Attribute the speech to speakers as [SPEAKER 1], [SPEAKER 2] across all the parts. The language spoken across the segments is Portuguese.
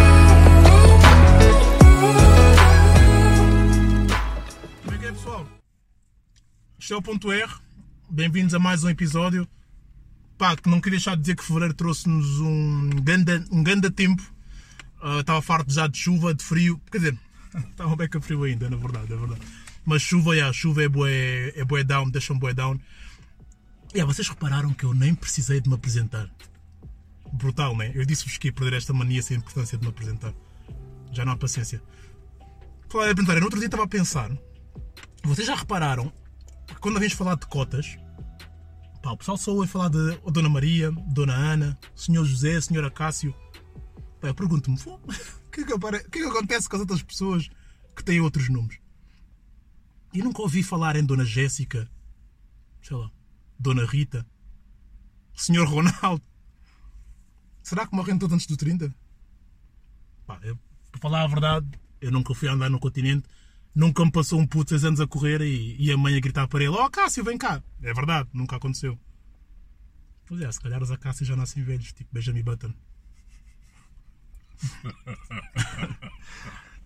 [SPEAKER 1] é Show.r, bem-vindos a mais um episódio. Pá, que não queria deixar de dizer que fevereiro trouxe-nos um ganda, um ganda tempo. Ah, Estava farto já de chuva, de frio. Quer dizer, estava bem com frio ainda, na verdade, é verdade. Mas chuva, yeah, chuva é bué, é bué down, deixa-me bué down. Yeah, vocês repararam que eu nem precisei de me apresentar. Brutal, né? Eu disse-vos que ia perder esta mania sem importância de me apresentar. Já não há paciência. Falar de apresentar, eu no outro dia estava a pensar. Vocês já repararam que quando vens falar de cotas, pá, o pessoal só ouve falar de Dona Maria, Dona Ana, Senhor José, Senhora Cássio. Pá, eu pergunto-me, "Fô, o que, é que apare- o que é que acontece com as outras pessoas que têm outros nomes? Eu nunca ouvi falar em Dona Jéssica, sei lá, Dona Rita, Senhor Ronaldo. Será que morrem todos antes do 30? Pá, eu, para falar a verdade, eu nunca fui andar no continente, nunca me passou um puto de 6 anos a correr e, e a mãe a gritar para ele: Ó Cássio, vem cá! É verdade, nunca aconteceu. Pois é, se calhar os Acácios já nascem velhos, tipo Benjamin Button.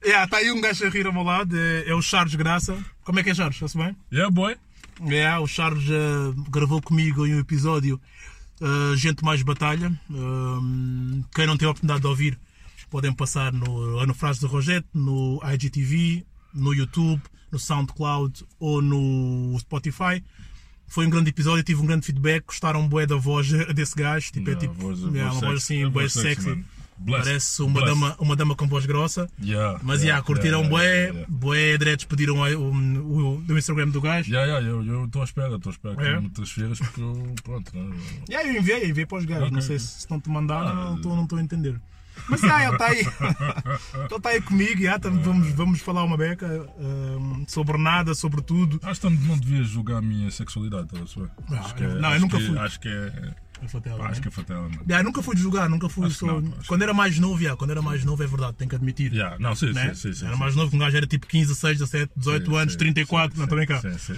[SPEAKER 1] yeah, tá aí um gajo a rir ao meu lado, é, é o Charles Graça. Como é que é, Charles? Está-se bem?
[SPEAKER 2] Yeah, boy.
[SPEAKER 1] É, o Charles eh, gravou comigo em um episódio eh, Gente Mais Batalha. Hum, quem não tem a oportunidade de ouvir, podem passar no, lá no Frase do Rogete, no IGTV, no YouTube, no SoundCloud ou no Spotify. Foi um grande episódio, tive um grande feedback, gostaram bué da voz eh, desse gajo. Tipo, é
[SPEAKER 2] Yeah,
[SPEAKER 1] tipo,
[SPEAKER 2] voz-
[SPEAKER 1] é,
[SPEAKER 2] voz
[SPEAKER 1] uma
[SPEAKER 2] sexy.
[SPEAKER 1] voz assim,
[SPEAKER 2] É
[SPEAKER 1] bué
[SPEAKER 2] voz sexy,
[SPEAKER 1] sexy.
[SPEAKER 2] man. Blessed.
[SPEAKER 1] Parece uma
[SPEAKER 2] Blessed.
[SPEAKER 1] dama, uma dama com voz grossa.
[SPEAKER 2] Yeah,
[SPEAKER 1] Mas yeah, curtiram
[SPEAKER 2] yeah,
[SPEAKER 1] bué,
[SPEAKER 2] yeah, yeah.
[SPEAKER 1] bué diretos pediram aí o, o, o Instagram do gajo.
[SPEAKER 2] Yeah, yeah, eu- eu estou à espera, estou à espera
[SPEAKER 1] É?
[SPEAKER 2] que me transferas porque eu, pronto, né? eu-
[SPEAKER 1] E aí eu enviei, enviei para os gajos.
[SPEAKER 2] Ok,
[SPEAKER 1] Não sei
[SPEAKER 2] ok. Ah,
[SPEAKER 1] se estão-te mandar, não estou não estou a entender. Mas já, ele está aí. ele está aí comigo, já, tam- vamos, vamos falar uma beca hum, sobre nada, sobre tudo.
[SPEAKER 2] Acho que não devias julgar a minha sexualidade, estás a perceber?
[SPEAKER 1] Não,
[SPEAKER 2] Acho que
[SPEAKER 1] eu-
[SPEAKER 2] é-
[SPEAKER 1] não, eu
[SPEAKER 2] acho
[SPEAKER 1] nunca
[SPEAKER 2] que-
[SPEAKER 1] fui.
[SPEAKER 2] Acho que é.
[SPEAKER 1] É fatela,
[SPEAKER 2] pá, Acho
[SPEAKER 1] né?
[SPEAKER 2] que é fatela, mano.
[SPEAKER 1] Já, nunca fui de julgar, nunca fui.
[SPEAKER 2] Acho que
[SPEAKER 1] só- um-
[SPEAKER 2] não, acho que
[SPEAKER 1] Quando era mais novo, já, quando era mais novo, é verdade, tenho que admitir.
[SPEAKER 2] Yeah, não, sim,
[SPEAKER 1] né?
[SPEAKER 2] sim, sim, sim.
[SPEAKER 1] era
[SPEAKER 2] sim.
[SPEAKER 1] mais novo, um gajo era tipo 15, 16, 17, 18
[SPEAKER 2] Sim,
[SPEAKER 1] anos,
[SPEAKER 2] sim,
[SPEAKER 1] 34,
[SPEAKER 2] sim,
[SPEAKER 1] não, estou bem cá.
[SPEAKER 2] Sim, sim.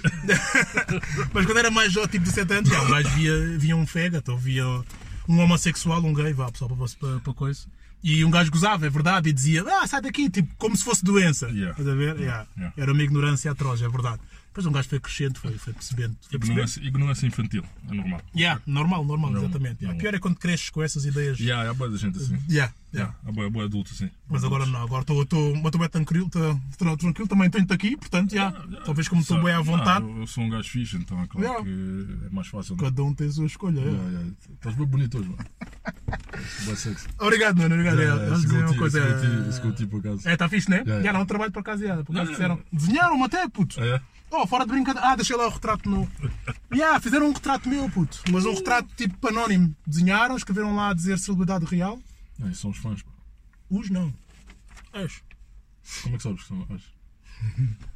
[SPEAKER 1] Mas quando era mais jovem, tipo 17 anos, já, um gajo via, via um fegato, ou via um homossexual, um gay, vá pessoal, para, você- para, para coisa. E um gajo gozava, é verdade, e dizia, ah, sai daqui, tipo, como se fosse doença.
[SPEAKER 2] Yeah.
[SPEAKER 1] Estás a ver? Yeah.
[SPEAKER 2] yeah.
[SPEAKER 1] Era uma ignorância atroz, é verdade. Depois um gajo foi crescendo, foi, foi percebendo. Foi percebendo.
[SPEAKER 2] Ignorância, ignorância infantil, é normal.
[SPEAKER 1] Yeah, normal, normal,
[SPEAKER 2] Normal,
[SPEAKER 1] exatamente. Yeah.
[SPEAKER 2] normal.
[SPEAKER 1] Pior é quando cresces com essas ideias.
[SPEAKER 2] Yeah, há boa da gente assim.
[SPEAKER 1] Yeah, yeah.
[SPEAKER 2] Yeah, há boa, boa adulto assim.
[SPEAKER 1] Mas agora não, agora estou bem tranquilo, tô- tô tranquilo, também tenho-te aqui, portanto, yeah. talvez como estou
[SPEAKER 2] Sabe,
[SPEAKER 1] bem à vontade,
[SPEAKER 2] não, eu, eu sou um gajo fixe, então é claro
[SPEAKER 1] Yeah.
[SPEAKER 2] que é mais fácil. né?
[SPEAKER 1] cada um tem a sua escolha. yeah.
[SPEAKER 2] Yeah, yeah. Estás bem bonito hoje, mano. Boa sexy.
[SPEAKER 1] Obrigado, mano. Obrigado.
[SPEAKER 2] Yeah,
[SPEAKER 1] é,
[SPEAKER 2] yeah,
[SPEAKER 1] dizer
[SPEAKER 2] esse
[SPEAKER 1] uma coisa.
[SPEAKER 2] curti- esse curti- esse curti por acaso.
[SPEAKER 1] É, tá fixe, né?
[SPEAKER 2] Yeah, yeah.
[SPEAKER 1] Já não trabalho para casa. Yeah, por acaso
[SPEAKER 2] Não,
[SPEAKER 1] fizeram. Desenharam-me até, puto.
[SPEAKER 2] Ah, é?
[SPEAKER 1] Oh, fora de brincadeira. Ah, deixei lá o retrato meu. yeah, fizeram um retrato meu, puto. Mas um retrato tipo anónimo. Desenharam, escreveram lá a dizer celebridade real.
[SPEAKER 2] Não, isso são os fãs, pá.
[SPEAKER 1] Os não. És.
[SPEAKER 2] Como é que sabes que são os fãs?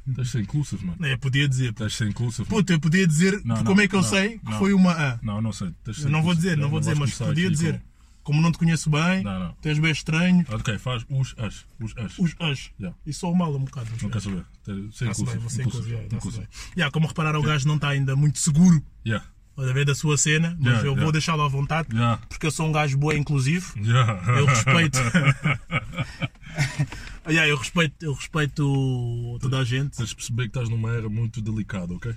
[SPEAKER 2] Tens de ser inclusive, mano.
[SPEAKER 1] É, podia dizer.
[SPEAKER 2] Tens de ser inclusive. mano.
[SPEAKER 1] Puto, eu podia dizer.
[SPEAKER 2] tá? Não, não,
[SPEAKER 1] como é que eu
[SPEAKER 2] não,
[SPEAKER 1] sei que
[SPEAKER 2] não.
[SPEAKER 1] foi uma A?
[SPEAKER 2] Não, não sei. Tens de ser
[SPEAKER 1] Eu não vou
[SPEAKER 2] inclusive.
[SPEAKER 1] dizer, não vou dizer,
[SPEAKER 2] vais
[SPEAKER 1] mas
[SPEAKER 2] começar
[SPEAKER 1] podia
[SPEAKER 2] aqui
[SPEAKER 1] dizer. Como não te conheço bem,
[SPEAKER 2] Não, não.
[SPEAKER 1] tu és bem estranho.
[SPEAKER 2] com- Ah, Ok, faz os as. Os as.
[SPEAKER 1] Os as.
[SPEAKER 2] Yeah.
[SPEAKER 1] E só o mal um bocado.
[SPEAKER 2] Não quer saber. Tens de Ser
[SPEAKER 1] Está-se bem,
[SPEAKER 2] inclusive.
[SPEAKER 1] você
[SPEAKER 2] inclusive,
[SPEAKER 1] inclusive. está-se
[SPEAKER 2] inclusive.
[SPEAKER 1] bem. Yeah, como repararam, o gajo não está ainda muito seguro
[SPEAKER 2] Yeah.
[SPEAKER 1] a ver da sua cena, mas
[SPEAKER 2] Yeah,
[SPEAKER 1] eu vou
[SPEAKER 2] yeah.
[SPEAKER 1] deixá-lo à vontade,
[SPEAKER 2] Yeah.
[SPEAKER 1] porque eu sou um gajo boa, inclusivo.
[SPEAKER 2] Yeah.
[SPEAKER 1] Eu respeito. yeah, eu respeito, eu respeito toda a gente.
[SPEAKER 2] Tens de perceber que estás numa era muito delicada, ok?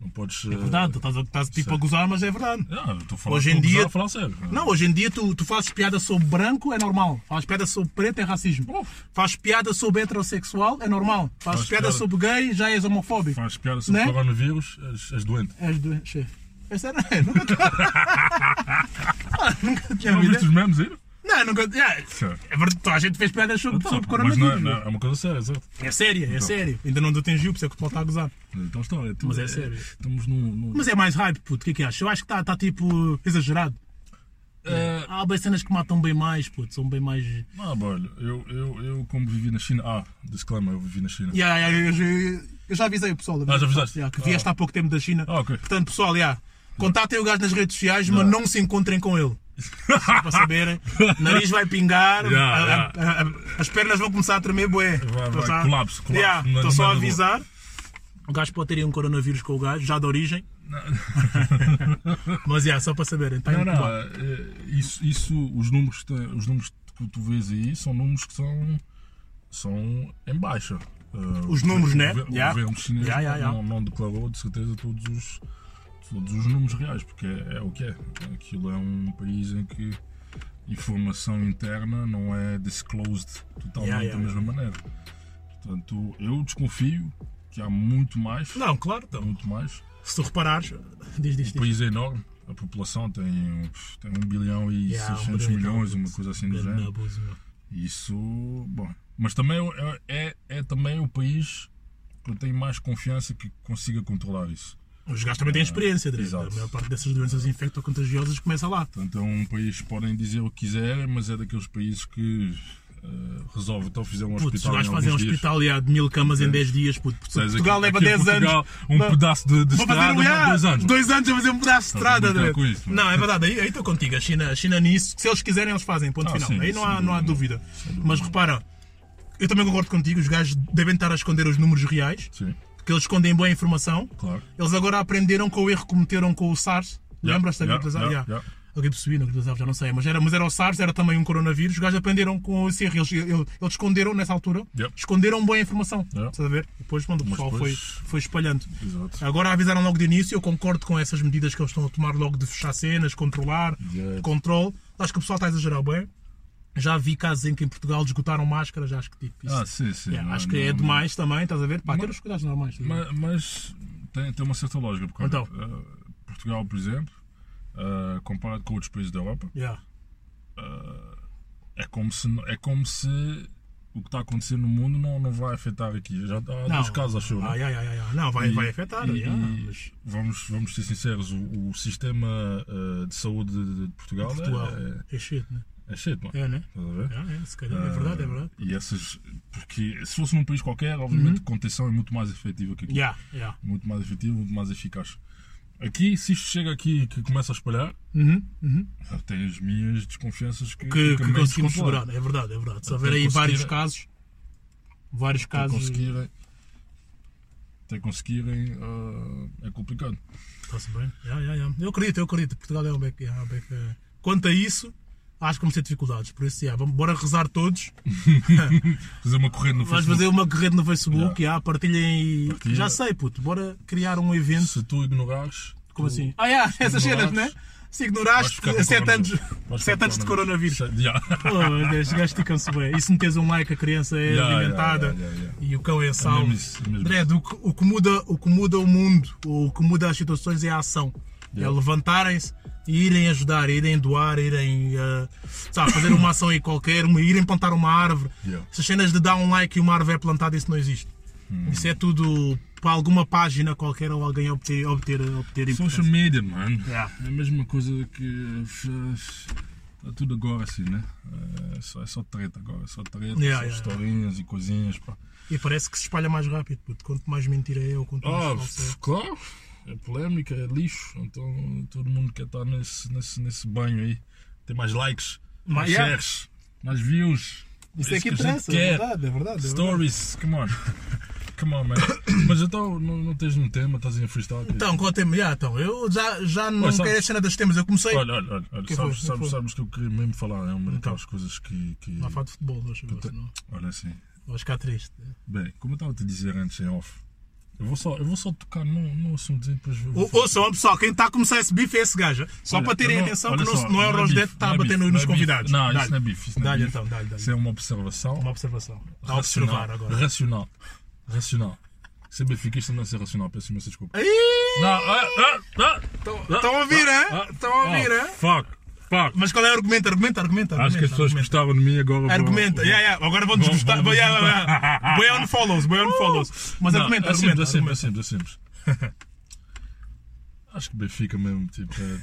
[SPEAKER 2] Não podes. eh,
[SPEAKER 1] É verdade, tu estás, a- estás tipo a gozar, mas é verdade.
[SPEAKER 2] estou a falar,
[SPEAKER 1] Hoje em
[SPEAKER 2] estou a
[SPEAKER 1] dia-
[SPEAKER 2] gozar, a falar sério.
[SPEAKER 1] Não, hoje em dia tu, tu fazes piada sobre branco, é normal. Fazes piada sobre preto, é racismo.
[SPEAKER 2] Uf.
[SPEAKER 1] Fazes piada sobre heterossexual, é normal. Fazes
[SPEAKER 2] Faz
[SPEAKER 1] piada
[SPEAKER 2] piada-
[SPEAKER 1] sobre gay, já és homofóbico.
[SPEAKER 2] Faz piada sobre
[SPEAKER 1] Né?
[SPEAKER 2] coronavírus, és, és doente.
[SPEAKER 1] És do... chefe. É sério, é, nunca tinha. Ah, nunca tinha
[SPEAKER 2] Não
[SPEAKER 1] ouvido.
[SPEAKER 2] viste os memes aí?
[SPEAKER 1] Não, nunca. Yeah, é verdade, toda a gente fez piadas sobre, sobre
[SPEAKER 2] Mas não, é-
[SPEAKER 1] coronavírus.
[SPEAKER 2] não, é uma coisa séria, certo?
[SPEAKER 1] É sério, é sério. Ainda não te atingiu, por isso é que o pessoal está a gozar.
[SPEAKER 2] Então está, é tudo-
[SPEAKER 1] Mas é
[SPEAKER 2] é-
[SPEAKER 1] sério.
[SPEAKER 2] Estamos num. num-
[SPEAKER 1] Mas é mais hype, puto. O que é que achas? Eu acho que está tá, tipo exagerado.
[SPEAKER 2] É,
[SPEAKER 1] Há bem cenas que matam bem mais, puto. São bem mais.
[SPEAKER 2] Não, bro, Ah, eu, eu, eu como vivi na China. Ah, disclaimer, eu vivi na China.
[SPEAKER 1] Yeah, yeah, eu, já- eu já avisei o pessoal.
[SPEAKER 2] Ah, já avisaste?
[SPEAKER 1] Yeah, que vieste há pouco tempo da China.
[SPEAKER 2] Ah, ok.
[SPEAKER 1] Portanto, pessoal, yeah, contatem o gajo nas redes sociais, mas não se encontrem com ele. Só para saberem, o nariz vai pingar,
[SPEAKER 2] Yeah,
[SPEAKER 1] a- a-
[SPEAKER 2] yeah.
[SPEAKER 1] a- a- as pernas vão começar a tremer, bué. Tá
[SPEAKER 2] vai,
[SPEAKER 1] Tô só-
[SPEAKER 2] colapso, colapso
[SPEAKER 1] Yeah,
[SPEAKER 2] no-
[SPEAKER 1] Estou
[SPEAKER 2] no
[SPEAKER 1] só a
[SPEAKER 2] meio da rua.
[SPEAKER 1] avisar. O gajo pode ter aí um coronavírus com o gajo, já de origem. Mas yeah, só para saberem. Tá
[SPEAKER 2] Não,
[SPEAKER 1] muito
[SPEAKER 2] não,
[SPEAKER 1] bom.
[SPEAKER 2] é, isso, isso, os números que, tem- os números que tu vês aí são números que são, são em baixa. ah,
[SPEAKER 1] Os
[SPEAKER 2] o
[SPEAKER 1] números,
[SPEAKER 2] gover-
[SPEAKER 1] né?
[SPEAKER 2] O gover- o
[SPEAKER 1] Yeah.
[SPEAKER 2] governo chinês
[SPEAKER 1] Yeah, yeah, yeah.
[SPEAKER 2] Não, não declarou de certeza todos os, todos os números reais, porque é, é o que é. Aquilo é um país em que informação interna não é disclosed totalmente
[SPEAKER 1] Yeah, yeah,
[SPEAKER 2] da mesma maneira. Portanto, eu desconfio que há muito mais.
[SPEAKER 1] Não, claro, então.
[SPEAKER 2] Muito mais.
[SPEAKER 1] Se tu reparares, diz, diz,
[SPEAKER 2] O
[SPEAKER 1] diz.
[SPEAKER 2] país é enorme. A população tem, um, tem 1 bilhão e
[SPEAKER 1] Yeah, um
[SPEAKER 2] 600
[SPEAKER 1] bilhão e
[SPEAKER 2] milhões,
[SPEAKER 1] tal.
[SPEAKER 2] uma coisa assim do
[SPEAKER 1] Grande
[SPEAKER 2] género.
[SPEAKER 1] é abuso, meu.
[SPEAKER 2] Isso, bom. Mas também é, é, é também o país que eu tenho mais confiança que consiga controlar isso.
[SPEAKER 1] Os gajos também têm experiência, Dre.
[SPEAKER 2] É. exato.
[SPEAKER 1] A maior parte dessas doenças infecto-contagiosas começa lá.
[SPEAKER 2] Portanto, é um país que podem dizer o que quiserem, mas é daqueles países que eh, resolve. Então, fizeram um
[SPEAKER 1] Putz, os
[SPEAKER 2] hospital.
[SPEAKER 1] gajos
[SPEAKER 2] em
[SPEAKER 1] fazem um
[SPEAKER 2] alguns dias.
[SPEAKER 1] hospital e há de mil camas em 10 dias. Puto.
[SPEAKER 2] Sabes,
[SPEAKER 1] Portugal
[SPEAKER 2] aqui-
[SPEAKER 1] leva
[SPEAKER 2] aqui em
[SPEAKER 1] 10 anos.
[SPEAKER 2] Portugal, Um
[SPEAKER 1] Não.
[SPEAKER 2] pedaço de, de
[SPEAKER 1] Vou fazer
[SPEAKER 2] estrada,
[SPEAKER 1] um
[SPEAKER 2] demora
[SPEAKER 1] olhar.
[SPEAKER 2] dois anos.
[SPEAKER 1] Dois anos a fazer um pedaço de estrada,
[SPEAKER 2] muito
[SPEAKER 1] André.
[SPEAKER 2] com isso, mano.
[SPEAKER 1] Não, é verdade. Aí aí estou contigo. A China, a China nisso, se eles quiserem, eles fazem. Ponto
[SPEAKER 2] Ah,
[SPEAKER 1] final.
[SPEAKER 2] sim,
[SPEAKER 1] aí não há,
[SPEAKER 2] sem
[SPEAKER 1] não há dúvida. Mas repara, eu também concordo contigo. Os gajos devem estar a esconder os números reais,
[SPEAKER 2] Sim,
[SPEAKER 1] porque eles escondem boa informação.
[SPEAKER 2] claro.
[SPEAKER 1] Eles agora aprenderam com o erro que cometeram com o SARS.
[SPEAKER 2] Yeah,
[SPEAKER 1] Lembras-te da
[SPEAKER 2] yeah,
[SPEAKER 1] gripe das aves?
[SPEAKER 2] yeah,
[SPEAKER 1] Yeah. A gripe suína, a gripe das aves, já não sei. Mas era, mas era o SARS, era também um coronavírus. Os gajos aprenderam com esse erro. Eles, eles, eles esconderam nessa altura.
[SPEAKER 2] Yeah.
[SPEAKER 1] Esconderam boa informação.
[SPEAKER 2] Yeah.
[SPEAKER 1] Estás a ver? Depois, quando o pessoal
[SPEAKER 2] depois-
[SPEAKER 1] Foi, foi espalhando.
[SPEAKER 2] Exato.
[SPEAKER 1] Agora avisaram logo de início, eu concordo com essas medidas que eles estão a tomar logo de fechar cenas, controlar,
[SPEAKER 2] Yeah.
[SPEAKER 1] controle. Acho que o pessoal está a exagerar bem. Já vi casos em que em Portugal esgotaram máscaras, já acho que tipo isso.
[SPEAKER 2] Ah, sim, sim.
[SPEAKER 1] Yeah,
[SPEAKER 2] não-
[SPEAKER 1] acho que
[SPEAKER 2] não-
[SPEAKER 1] é demais também, estás a ver? Pá, ter
[SPEAKER 2] Mas-
[SPEAKER 1] os cuidados normais. estás a ver?
[SPEAKER 2] Ma- Mas, tem, tem uma certa lógica. Porque,
[SPEAKER 1] Então.
[SPEAKER 2] olha, eh, Portugal, por exemplo, eh, comparado com outros países da Europa,
[SPEAKER 1] Yeah.
[SPEAKER 2] é como se, é como se o que está acontecendo no mundo não, não vai afetar aqui. Já há
[SPEAKER 1] Não.
[SPEAKER 2] dois casos, acho eu. não é?
[SPEAKER 1] Ah, yeah, yeah, yeah. Não, vai,
[SPEAKER 2] E-
[SPEAKER 1] vai afetar.
[SPEAKER 2] e-
[SPEAKER 1] yeah,
[SPEAKER 2] e
[SPEAKER 1] mas-
[SPEAKER 2] vamos, vamos ser sinceros, o, o sistema eh, de saúde de, de Portugal, é-
[SPEAKER 1] Portugal.
[SPEAKER 2] É,
[SPEAKER 1] É shit, né?
[SPEAKER 2] é cheio, mano.
[SPEAKER 1] É, né?
[SPEAKER 2] Estás a ver?
[SPEAKER 1] É, é, se calhar, é verdade, é verdade. Uhum.
[SPEAKER 2] Eh, E essas, porque se fosse num país qualquer, obviamente a contenção é muito mais efetiva que aqui.
[SPEAKER 1] Yeah, yeah.
[SPEAKER 2] Muito mais efetiva, muito mais eficaz. Aqui, se isto chega aqui e que começa a espalhar,
[SPEAKER 1] Uhum, uhum.
[SPEAKER 2] ah, tem as minhas desconfianças que,
[SPEAKER 1] Que,
[SPEAKER 2] fica
[SPEAKER 1] que
[SPEAKER 2] meio
[SPEAKER 1] conseguimos
[SPEAKER 2] descontrolado.
[SPEAKER 1] segurar, é verdade, é verdade. Se
[SPEAKER 2] Até
[SPEAKER 1] houver aí vários
[SPEAKER 2] conseguir-
[SPEAKER 1] casos, vários
[SPEAKER 2] Até
[SPEAKER 1] casos.
[SPEAKER 2] conseguirem, até conseguirem ah, é complicado.
[SPEAKER 1] Está-se bem. Yeah, yeah, yeah. Eu acredito, eu acredito. Portugal é um beco. é um beco, é. Quanto a isso, acho que vamos ter dificuldades. Por isso, yeah, vamos, bora rezar todos.
[SPEAKER 2] Fazer uma corrente no
[SPEAKER 1] Vais
[SPEAKER 2] Facebook.
[SPEAKER 1] fazer uma corrente no Facebook. Yeah. partilhem. e-
[SPEAKER 2] Partilha.
[SPEAKER 1] Já sei, puto. Bora criar um evento.
[SPEAKER 2] Se tu ignorares,
[SPEAKER 1] Como
[SPEAKER 2] tu
[SPEAKER 1] assim? Ah, yeah, essas cenas, né? Se
[SPEAKER 2] vais
[SPEAKER 1] ignoraste
[SPEAKER 2] ficar com
[SPEAKER 1] 7 anos,
[SPEAKER 2] coronavírus. Vais ficar
[SPEAKER 1] sete
[SPEAKER 2] com
[SPEAKER 1] anos de coronavírus.
[SPEAKER 2] Se- Yeah.
[SPEAKER 1] Oh, Deus, gasticam-se bem. E se metes um like, a criança é
[SPEAKER 2] Yeah,
[SPEAKER 1] alimentada
[SPEAKER 2] yeah, yeah, yeah,
[SPEAKER 1] e o cão é salvo.
[SPEAKER 2] mesmo isso, é mesmo
[SPEAKER 1] Dredd, o, que, o que muda, o que muda o mundo, ou o que muda as situações é a ação. É levantarem-se e irem ajudar, irem doar, irem eh, sabe, fazer uma ação aí qualquer, uma- irem plantar uma árvore.
[SPEAKER 2] Yeah.
[SPEAKER 1] Essas cenas de dar um like e uma árvore é plantada, isso não existe.
[SPEAKER 2] Hum.
[SPEAKER 1] Isso é tudo para alguma página qualquer ou alguém obter, obter, obter importância.
[SPEAKER 2] Social media, mano.
[SPEAKER 1] Yeah.
[SPEAKER 2] É a mesma coisa que. Está tudo agora assim, né? É só, é só treta agora, é só treta,
[SPEAKER 1] Yeah,
[SPEAKER 2] só
[SPEAKER 1] yeah,
[SPEAKER 2] historinhas e coisinhas. Pá.
[SPEAKER 1] E parece que se espalha mais rápido, puto. quanto mais mentira é ou quanto mais
[SPEAKER 2] Ah,
[SPEAKER 1] falsa é.
[SPEAKER 2] claro, é polémica, é lixo. Então todo mundo quer estar nesse, nesse, nesse banho aí. Tem mais likes, mais
[SPEAKER 1] yeah.
[SPEAKER 2] shares, mais views.
[SPEAKER 1] Isso é que
[SPEAKER 2] a gente
[SPEAKER 1] interessa, é
[SPEAKER 2] quer.
[SPEAKER 1] verdade, é verdade. é verdade.
[SPEAKER 2] Stories, come on. Come on, man. Mas então não, não tens um tema, estás em freestyle. que-
[SPEAKER 1] Então, qual é o tema? Já, então, eu já, já não
[SPEAKER 2] sabes-
[SPEAKER 1] quero a cena dos temas, eu comecei.
[SPEAKER 2] Olha, olha, olha, olha,
[SPEAKER 1] Que
[SPEAKER 2] sabes,
[SPEAKER 1] foi?
[SPEAKER 2] sabes,
[SPEAKER 1] Foi.
[SPEAKER 2] sabes que eu queria mesmo falar, é uma daquelas coisas que. que-
[SPEAKER 1] Não há fato de futebol, deixa eu ver, senão
[SPEAKER 2] Olha assim.
[SPEAKER 1] vou ficar triste.
[SPEAKER 2] Bem, como eu estava a te dizer antes em off, eu vou só, eu vou só tocar num, num assunto e depois.
[SPEAKER 1] Ou- Ouçam, pessoal, quem está a começar esse bife é esse gajo. Só para terem atenção que o nosso é
[SPEAKER 2] é
[SPEAKER 1] Noel Rosdete está a bater tá nos convidados.
[SPEAKER 2] Não,
[SPEAKER 1] Dá-lhe.
[SPEAKER 2] isso não é bife. isso não é
[SPEAKER 1] Dá-lhe
[SPEAKER 2] bife.
[SPEAKER 1] então, dá-lhe, dá-lhe.
[SPEAKER 2] Isso é uma observação.
[SPEAKER 1] Uma observação. Está a
[SPEAKER 2] racional,
[SPEAKER 1] observar agora.
[SPEAKER 2] Racional. Racional. Ser benfiquista não é ser racional, peço imensa desculpa.
[SPEAKER 1] Ih,
[SPEAKER 2] Não, ah, ah, ah,
[SPEAKER 1] Estão a ouvir,
[SPEAKER 2] ah,
[SPEAKER 1] é? Estão a ouvir,
[SPEAKER 2] ah,
[SPEAKER 1] é?
[SPEAKER 2] Fuck, fuck.
[SPEAKER 1] Mas qual é o argumento? Argumento, argumento.
[SPEAKER 2] Acho que
[SPEAKER 1] argumento,
[SPEAKER 2] as pessoas que
[SPEAKER 1] argumento.
[SPEAKER 2] gostavam de mim agora vão-
[SPEAKER 1] Argumenta,
[SPEAKER 2] vão-
[SPEAKER 1] yeah, yeah. agora vão
[SPEAKER 2] Vão-
[SPEAKER 1] desgostar.
[SPEAKER 2] vão
[SPEAKER 1] Boy yeah,
[SPEAKER 2] desgostar.
[SPEAKER 1] yeah, yeah. Boy on follows, boy on follows. Mas
[SPEAKER 2] Não,
[SPEAKER 1] argumenta,
[SPEAKER 2] é
[SPEAKER 1] argumenta.
[SPEAKER 2] simples, é
[SPEAKER 1] argumenta.
[SPEAKER 2] simples, é simples, é simples. Acho que Benfica mesmo, tipo, é,